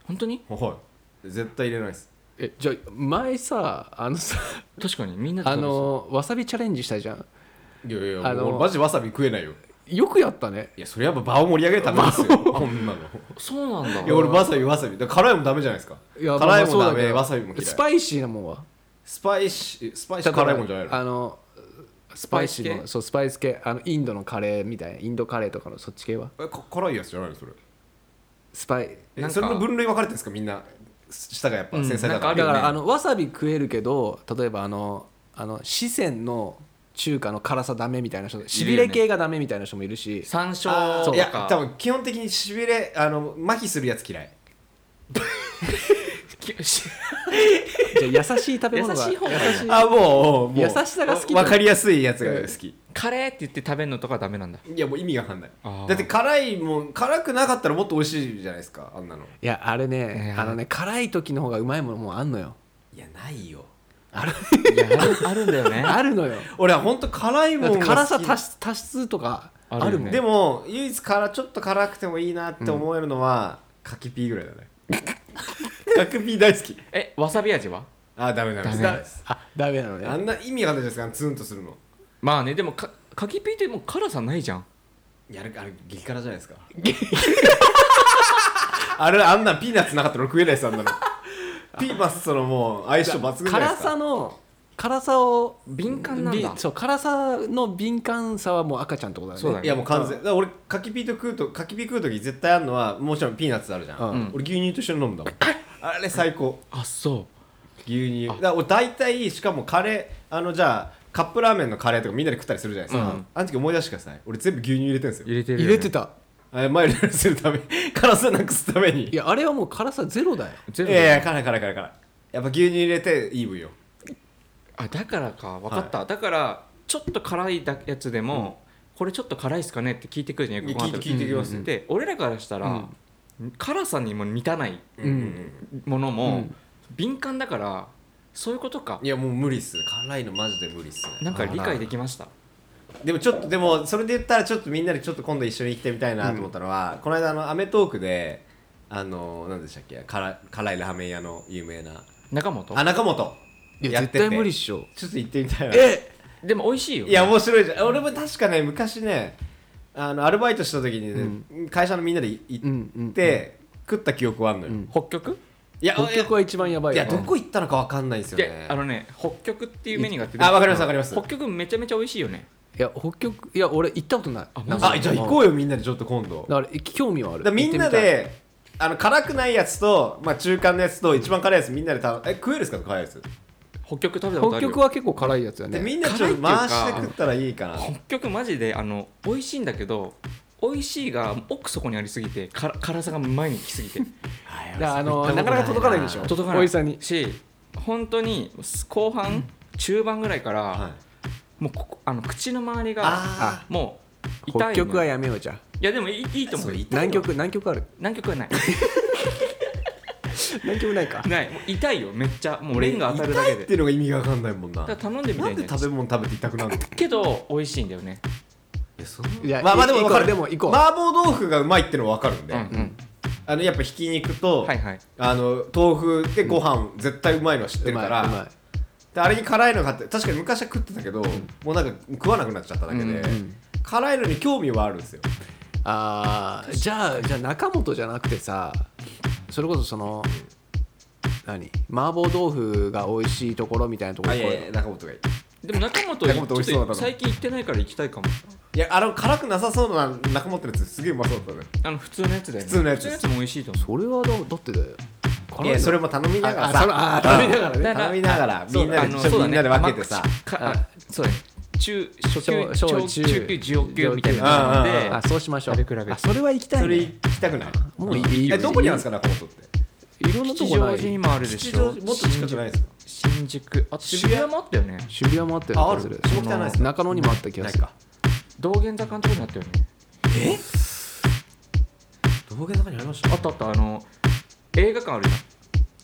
[SPEAKER 2] 本当に
[SPEAKER 3] はい絶対入れないです
[SPEAKER 1] えじゃあ前さあの
[SPEAKER 3] *laughs*
[SPEAKER 1] さ
[SPEAKER 2] 確かにみんなで
[SPEAKER 1] あ
[SPEAKER 2] 食べてた
[SPEAKER 1] のわさびチャレンジしたじゃん
[SPEAKER 3] いやいや
[SPEAKER 1] あの
[SPEAKER 3] 俺マジわさび食えないよ
[SPEAKER 1] よくやったね
[SPEAKER 3] いやそれやっぱ場を盛り上げるためですよ *laughs* こんなの
[SPEAKER 2] そうなんだ
[SPEAKER 3] いや俺わさびわさびだから辛いもダメじゃないですか
[SPEAKER 1] いや
[SPEAKER 3] 辛い
[SPEAKER 1] まあ
[SPEAKER 3] も
[SPEAKER 1] まあ
[SPEAKER 3] ダ
[SPEAKER 1] そうだけ
[SPEAKER 3] メ
[SPEAKER 1] ど
[SPEAKER 3] わさびも嫌い
[SPEAKER 1] スパイシーなもんは
[SPEAKER 3] スパイシースパイシー辛いもんじゃないの
[SPEAKER 1] あのスパイシー
[SPEAKER 2] スパイス
[SPEAKER 1] の
[SPEAKER 2] 系
[SPEAKER 1] そうスパイス系あのインドのカレーみたいなインドカレーとかのそっち系は
[SPEAKER 3] えか辛いやつじゃないのそれ
[SPEAKER 1] スパイ
[SPEAKER 3] え
[SPEAKER 2] なんか
[SPEAKER 3] それの分類分かれてるんですかみんな舌がやっぱ
[SPEAKER 2] うん
[SPEAKER 3] 繊細だから,、
[SPEAKER 2] なんか
[SPEAKER 1] だから
[SPEAKER 2] ね
[SPEAKER 1] あのわさび食えるけど例えばあのあの四川の中華の辛さダメみたいな人しびれ系がダメみたいな人もいるし
[SPEAKER 3] あ
[SPEAKER 2] 山椒
[SPEAKER 3] ー
[SPEAKER 2] と
[SPEAKER 3] いや多
[SPEAKER 2] *laughs* か
[SPEAKER 3] 分基本的にしびれあの麻痺するやつ嫌い
[SPEAKER 1] じゃあ優しい食べ物が
[SPEAKER 2] 優しい方がい
[SPEAKER 1] 優
[SPEAKER 2] い
[SPEAKER 1] し
[SPEAKER 3] あもうもう
[SPEAKER 1] 優しさが好き
[SPEAKER 3] わ分かりやすいやつが好き、
[SPEAKER 2] カレーって言って食べるのとかダメなんだ
[SPEAKER 3] いやもう意味が分かんない
[SPEAKER 2] あー
[SPEAKER 3] だって辛いもん辛くなかったらもっと美味しいじゃないですかあんなの
[SPEAKER 1] いやあれ
[SPEAKER 2] い
[SPEAKER 1] ね
[SPEAKER 2] や
[SPEAKER 1] あのね辛い時の方がうまいものもあんのよ
[SPEAKER 3] いやないよ
[SPEAKER 2] いやあるあるんだよね
[SPEAKER 1] あるのよ
[SPEAKER 3] 俺は本当辛い
[SPEAKER 1] だ
[SPEAKER 3] も
[SPEAKER 1] って
[SPEAKER 3] ん
[SPEAKER 1] 辛
[SPEAKER 3] が
[SPEAKER 1] さ
[SPEAKER 3] 好き
[SPEAKER 1] 足す足すとかあ
[SPEAKER 2] ある
[SPEAKER 1] る
[SPEAKER 2] よ
[SPEAKER 1] もん
[SPEAKER 2] ね
[SPEAKER 3] でも唯一辛ちょっと辛くてもいいなって思えるのは、カキピーぐらいだね *laughs* カキピー大好き
[SPEAKER 2] *laughs* えわさび味は
[SPEAKER 3] あーダメダメ
[SPEAKER 2] ダメ
[SPEAKER 3] す
[SPEAKER 1] あダメなのね
[SPEAKER 3] あんな意味わかんないじゃないですかツンとするの
[SPEAKER 2] まあねでもかかきピーってもう辛さないじゃん
[SPEAKER 3] いやあれあれ激辛じゃないですかあれあんなんピーナッツなかったら俺食えないですあんなのピーマスそのもう相性抜群じゃないで
[SPEAKER 1] 辛
[SPEAKER 3] す
[SPEAKER 1] さ
[SPEAKER 3] か
[SPEAKER 1] の辛さを
[SPEAKER 2] 敏感なんだ
[SPEAKER 1] びそう辛さの敏感さはもう赤ちゃんってことだよね
[SPEAKER 2] そうだね
[SPEAKER 3] いやもう完全だから俺カキピーと食うとカキピー食う時絶対あるのはもちろんピーナッツあるじゃん、
[SPEAKER 1] うん
[SPEAKER 3] 俺牛乳と一緒に飲むんだもんあれ最高
[SPEAKER 2] あそ
[SPEAKER 3] 牛乳だから俺大体しかもカレーあのじゃあカップラーメンのカレーとかみんなで食ったりするじゃないですか、
[SPEAKER 2] うん
[SPEAKER 3] あの時思い出してください俺全部牛乳入れてるんですよ
[SPEAKER 2] う入れてるよ
[SPEAKER 1] 入
[SPEAKER 2] ね
[SPEAKER 1] れてた
[SPEAKER 3] あれマイルドに *laughs* するため辛さなくすために
[SPEAKER 1] いやあれはもう辛さゼロだよ
[SPEAKER 2] 全
[SPEAKER 3] い
[SPEAKER 2] 部
[SPEAKER 3] やいや辛い辛い辛い辛いやっぱ牛乳入れてイーブイよ
[SPEAKER 2] あだからか分かった、だからちょっと辛いだやつでも、これちょっと辛いっすかねって聞いてくるじゃんよくご飯食べ
[SPEAKER 3] 聞いて聞いてきます
[SPEAKER 2] うんうんうんで俺らからしたら、辛さにも満たない
[SPEAKER 3] うん、うん
[SPEAKER 2] もの
[SPEAKER 1] う
[SPEAKER 2] も、
[SPEAKER 1] ん
[SPEAKER 2] 敏感だからそういうことか
[SPEAKER 3] いやもう無理っす辛いのマジで無理っすね
[SPEAKER 2] なんか理解できました
[SPEAKER 3] でもちょっとでもそれで言ったらちょっとみんなでちょっと今度一緒に行ってみたいなと思ったのは、この間あの『アメトーーク』であの何でしたっけ辛辛いラーメン屋の有名な
[SPEAKER 2] 中本
[SPEAKER 3] あ中本
[SPEAKER 1] い
[SPEAKER 3] や
[SPEAKER 1] や
[SPEAKER 3] ってて
[SPEAKER 1] 絶対無理っしょ
[SPEAKER 3] ちょっと行ってみたいな
[SPEAKER 1] え
[SPEAKER 2] でも美味しいよ、
[SPEAKER 3] いや面白いじゃん俺も確かね昔ねあのアルバイトした時にね、会社のみんなでい行っ
[SPEAKER 1] う
[SPEAKER 3] て、
[SPEAKER 1] んうんうん
[SPEAKER 3] 食った記憶はあるのよ、
[SPEAKER 1] うん
[SPEAKER 2] 北極
[SPEAKER 3] いや
[SPEAKER 1] 北極は一番やば
[SPEAKER 3] い
[SPEAKER 1] い
[SPEAKER 3] や
[SPEAKER 1] よ
[SPEAKER 3] いやどこ行ったのかわかんないんですよ
[SPEAKER 2] いや
[SPEAKER 3] ね
[SPEAKER 2] あのね北極っていうメニューがあって
[SPEAKER 3] あわかりますわかります
[SPEAKER 2] 北極めちゃめちゃ美味しいよね
[SPEAKER 1] いや北極いや俺行ったことない
[SPEAKER 2] あ
[SPEAKER 1] なんか
[SPEAKER 3] あじゃあ行こうよみんなでちょっと今度だ
[SPEAKER 1] だ
[SPEAKER 3] か
[SPEAKER 1] から興味はある
[SPEAKER 3] らみんな
[SPEAKER 1] 行って
[SPEAKER 3] であの辛くないやつと、まあ、中間のやつと一番辛いやつみんなでたえ食えるんですか辛いやつ
[SPEAKER 2] 北極食べ
[SPEAKER 1] みた
[SPEAKER 2] たこ
[SPEAKER 1] い
[SPEAKER 2] と
[SPEAKER 1] 北
[SPEAKER 2] あるよ
[SPEAKER 1] 極は結構辛いやつだ
[SPEAKER 3] で
[SPEAKER 1] ね
[SPEAKER 3] みんなちょっと
[SPEAKER 2] 辛
[SPEAKER 3] 回
[SPEAKER 2] いっていうか
[SPEAKER 3] して食ったらいいかな
[SPEAKER 2] 北極マジであの美味しいんだけど美味しいが奥底にありすぎてから辛さが前に来す
[SPEAKER 3] *laughs*
[SPEAKER 2] ぎて
[SPEAKER 1] だからあのなかなか届かないでしょ
[SPEAKER 2] 届かない
[SPEAKER 1] おじさんに
[SPEAKER 2] し本当に後半中盤ぐらいから、
[SPEAKER 3] はい
[SPEAKER 2] もうここあの口の周り
[SPEAKER 3] あ
[SPEAKER 2] がもう痛い
[SPEAKER 1] 北
[SPEAKER 2] ね
[SPEAKER 1] 極はやめようじゃあ
[SPEAKER 2] いやでもいいいいと思う
[SPEAKER 3] そう痛い
[SPEAKER 1] 南極南極ある
[SPEAKER 2] 南極
[SPEAKER 3] *laughs*
[SPEAKER 2] はない
[SPEAKER 1] 南極ないか
[SPEAKER 2] ないもう痛いよめっちゃもうレンが当たるだけ
[SPEAKER 3] 痛い
[SPEAKER 2] で
[SPEAKER 3] っていうのが意味が分かんないもんな
[SPEAKER 2] だから頼んでみた
[SPEAKER 3] ないん
[SPEAKER 2] じ
[SPEAKER 3] で
[SPEAKER 2] ゃん
[SPEAKER 3] 食べ物食べて痛くなるの
[SPEAKER 2] けど美味しいんだよね
[SPEAKER 1] いや
[SPEAKER 3] まあまあでも
[SPEAKER 1] 行
[SPEAKER 3] 分
[SPEAKER 1] こ
[SPEAKER 3] か
[SPEAKER 1] う
[SPEAKER 3] る
[SPEAKER 1] でも行こう
[SPEAKER 3] 麻婆豆腐がうまいってのは分かるん
[SPEAKER 2] う
[SPEAKER 3] で、
[SPEAKER 2] んうん
[SPEAKER 3] あのやっぱひき肉と、
[SPEAKER 2] はいはい
[SPEAKER 3] あの豆腐でご飯、絶対うまいのは知って
[SPEAKER 1] う
[SPEAKER 3] る
[SPEAKER 1] ま
[SPEAKER 3] か
[SPEAKER 1] いう
[SPEAKER 3] ら
[SPEAKER 1] ま
[SPEAKER 3] であれに辛いのがあって確かに昔は食ってたけど、もうなんか食わなくなっちゃっただけで、
[SPEAKER 2] うんうん
[SPEAKER 3] 辛いのに興味はあるんですよ
[SPEAKER 1] いあーじゃあじゃあ中本じゃなくてさそれこそその何麻婆豆腐が美味しいところみたいなところ
[SPEAKER 3] あ
[SPEAKER 1] 行
[SPEAKER 3] い
[SPEAKER 1] こう
[SPEAKER 3] や
[SPEAKER 1] よ
[SPEAKER 3] いや中本がいい
[SPEAKER 2] でも中本
[SPEAKER 3] 中本美味しそうだっ
[SPEAKER 2] ちょったと
[SPEAKER 3] な
[SPEAKER 2] 最近行ってないから行きたいかも
[SPEAKER 3] いやあの辛くなさそうな中本のやつすげえうまそうだったね
[SPEAKER 2] あの普通のやつだよね
[SPEAKER 3] 普通のやつ
[SPEAKER 2] 普通のやつも美味しいと思う
[SPEAKER 1] それはだだってだよ
[SPEAKER 3] いやそれも頼みながら
[SPEAKER 1] あ
[SPEAKER 3] さ
[SPEAKER 1] それあ頼みながらね
[SPEAKER 2] だから
[SPEAKER 3] 頼みながらみんな
[SPEAKER 2] あ
[SPEAKER 3] で
[SPEAKER 2] の
[SPEAKER 3] ちょっとみんなで分けてさ、
[SPEAKER 2] そうだね甘口かあそうだね中初級
[SPEAKER 1] 小
[SPEAKER 2] 小
[SPEAKER 1] 小
[SPEAKER 2] 中
[SPEAKER 1] 中
[SPEAKER 2] 級上級みたいな感じ
[SPEAKER 3] うんうんうん
[SPEAKER 2] で
[SPEAKER 3] うん
[SPEAKER 1] あそうしましょう
[SPEAKER 2] 食べ比べ
[SPEAKER 1] あそれは行きたい、ね、
[SPEAKER 3] それ行きたくない
[SPEAKER 1] もういいよ
[SPEAKER 3] えどこにあるんですか中本って
[SPEAKER 1] いろんなと
[SPEAKER 2] 吉
[SPEAKER 1] こな
[SPEAKER 2] 祥寺に
[SPEAKER 1] い
[SPEAKER 2] もあるでしょ
[SPEAKER 3] もっと近くないですか
[SPEAKER 2] 新宿あ渋谷もあったよね
[SPEAKER 1] 渋谷もあったような気がする
[SPEAKER 3] あある下北ないっすか
[SPEAKER 1] 中野にもあった気がする
[SPEAKER 2] 道玄坂のとこにあったよね
[SPEAKER 3] 道玄坂にありました
[SPEAKER 2] あったあったあの映画館あるじ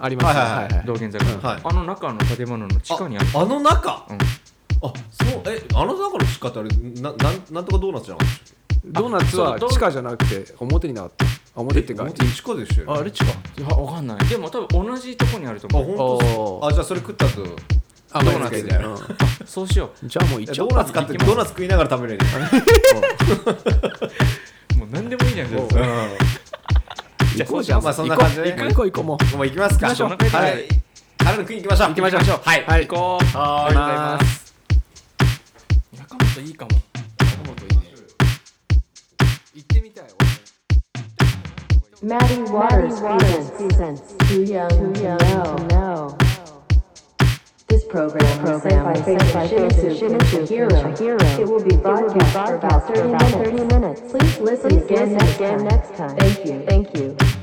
[SPEAKER 1] ありました
[SPEAKER 3] はいはいはい
[SPEAKER 2] ゃん道玄坂の、
[SPEAKER 3] はい
[SPEAKER 2] あの中の建物の地下にある
[SPEAKER 3] あの中、
[SPEAKER 2] うん
[SPEAKER 3] あそうえあの中の仕方あれななんなんとかドーナツじゃなかったっ
[SPEAKER 1] ドーナツは地下じゃなくて表になかった表って
[SPEAKER 3] け
[SPEAKER 1] いうか
[SPEAKER 3] 表地下でしたよね
[SPEAKER 1] ああれ地下
[SPEAKER 2] いやわかんないでも多分同じとこにあると
[SPEAKER 3] あ
[SPEAKER 2] 思う
[SPEAKER 3] 本当っす
[SPEAKER 1] おー
[SPEAKER 3] あじゃあそれ食った後
[SPEAKER 1] あ
[SPEAKER 3] ドーナツ
[SPEAKER 1] まあいいですけど
[SPEAKER 2] そうしよ
[SPEAKER 1] うんじゃあもう行っちゃ
[SPEAKER 3] ド
[SPEAKER 1] おう
[SPEAKER 3] ーナツ買ってドーナツ食いながら食べれる
[SPEAKER 2] うもう何でもいいじゃん
[SPEAKER 3] うん
[SPEAKER 2] 全然
[SPEAKER 1] 行こうじゃん
[SPEAKER 3] まあそんな感じでね
[SPEAKER 1] 行こう行こう行こうもう
[SPEAKER 3] *laughs* もう行きますか
[SPEAKER 2] 行きましょう
[SPEAKER 3] はいあれの食いに行きましょう
[SPEAKER 1] 行きましょう
[SPEAKER 3] はい
[SPEAKER 1] はい
[SPEAKER 2] 行こう
[SPEAKER 3] ありがとうございます
[SPEAKER 2] 中本いいかも
[SPEAKER 1] 行ってみたい俺
[SPEAKER 4] Maddie Waters presents, Too Young, too young to Know. This program, program is sent by Shimizu Shimizu Hero. It will be broadcast for about 30 minutes. Please listen again next time. Thank you. Thank you.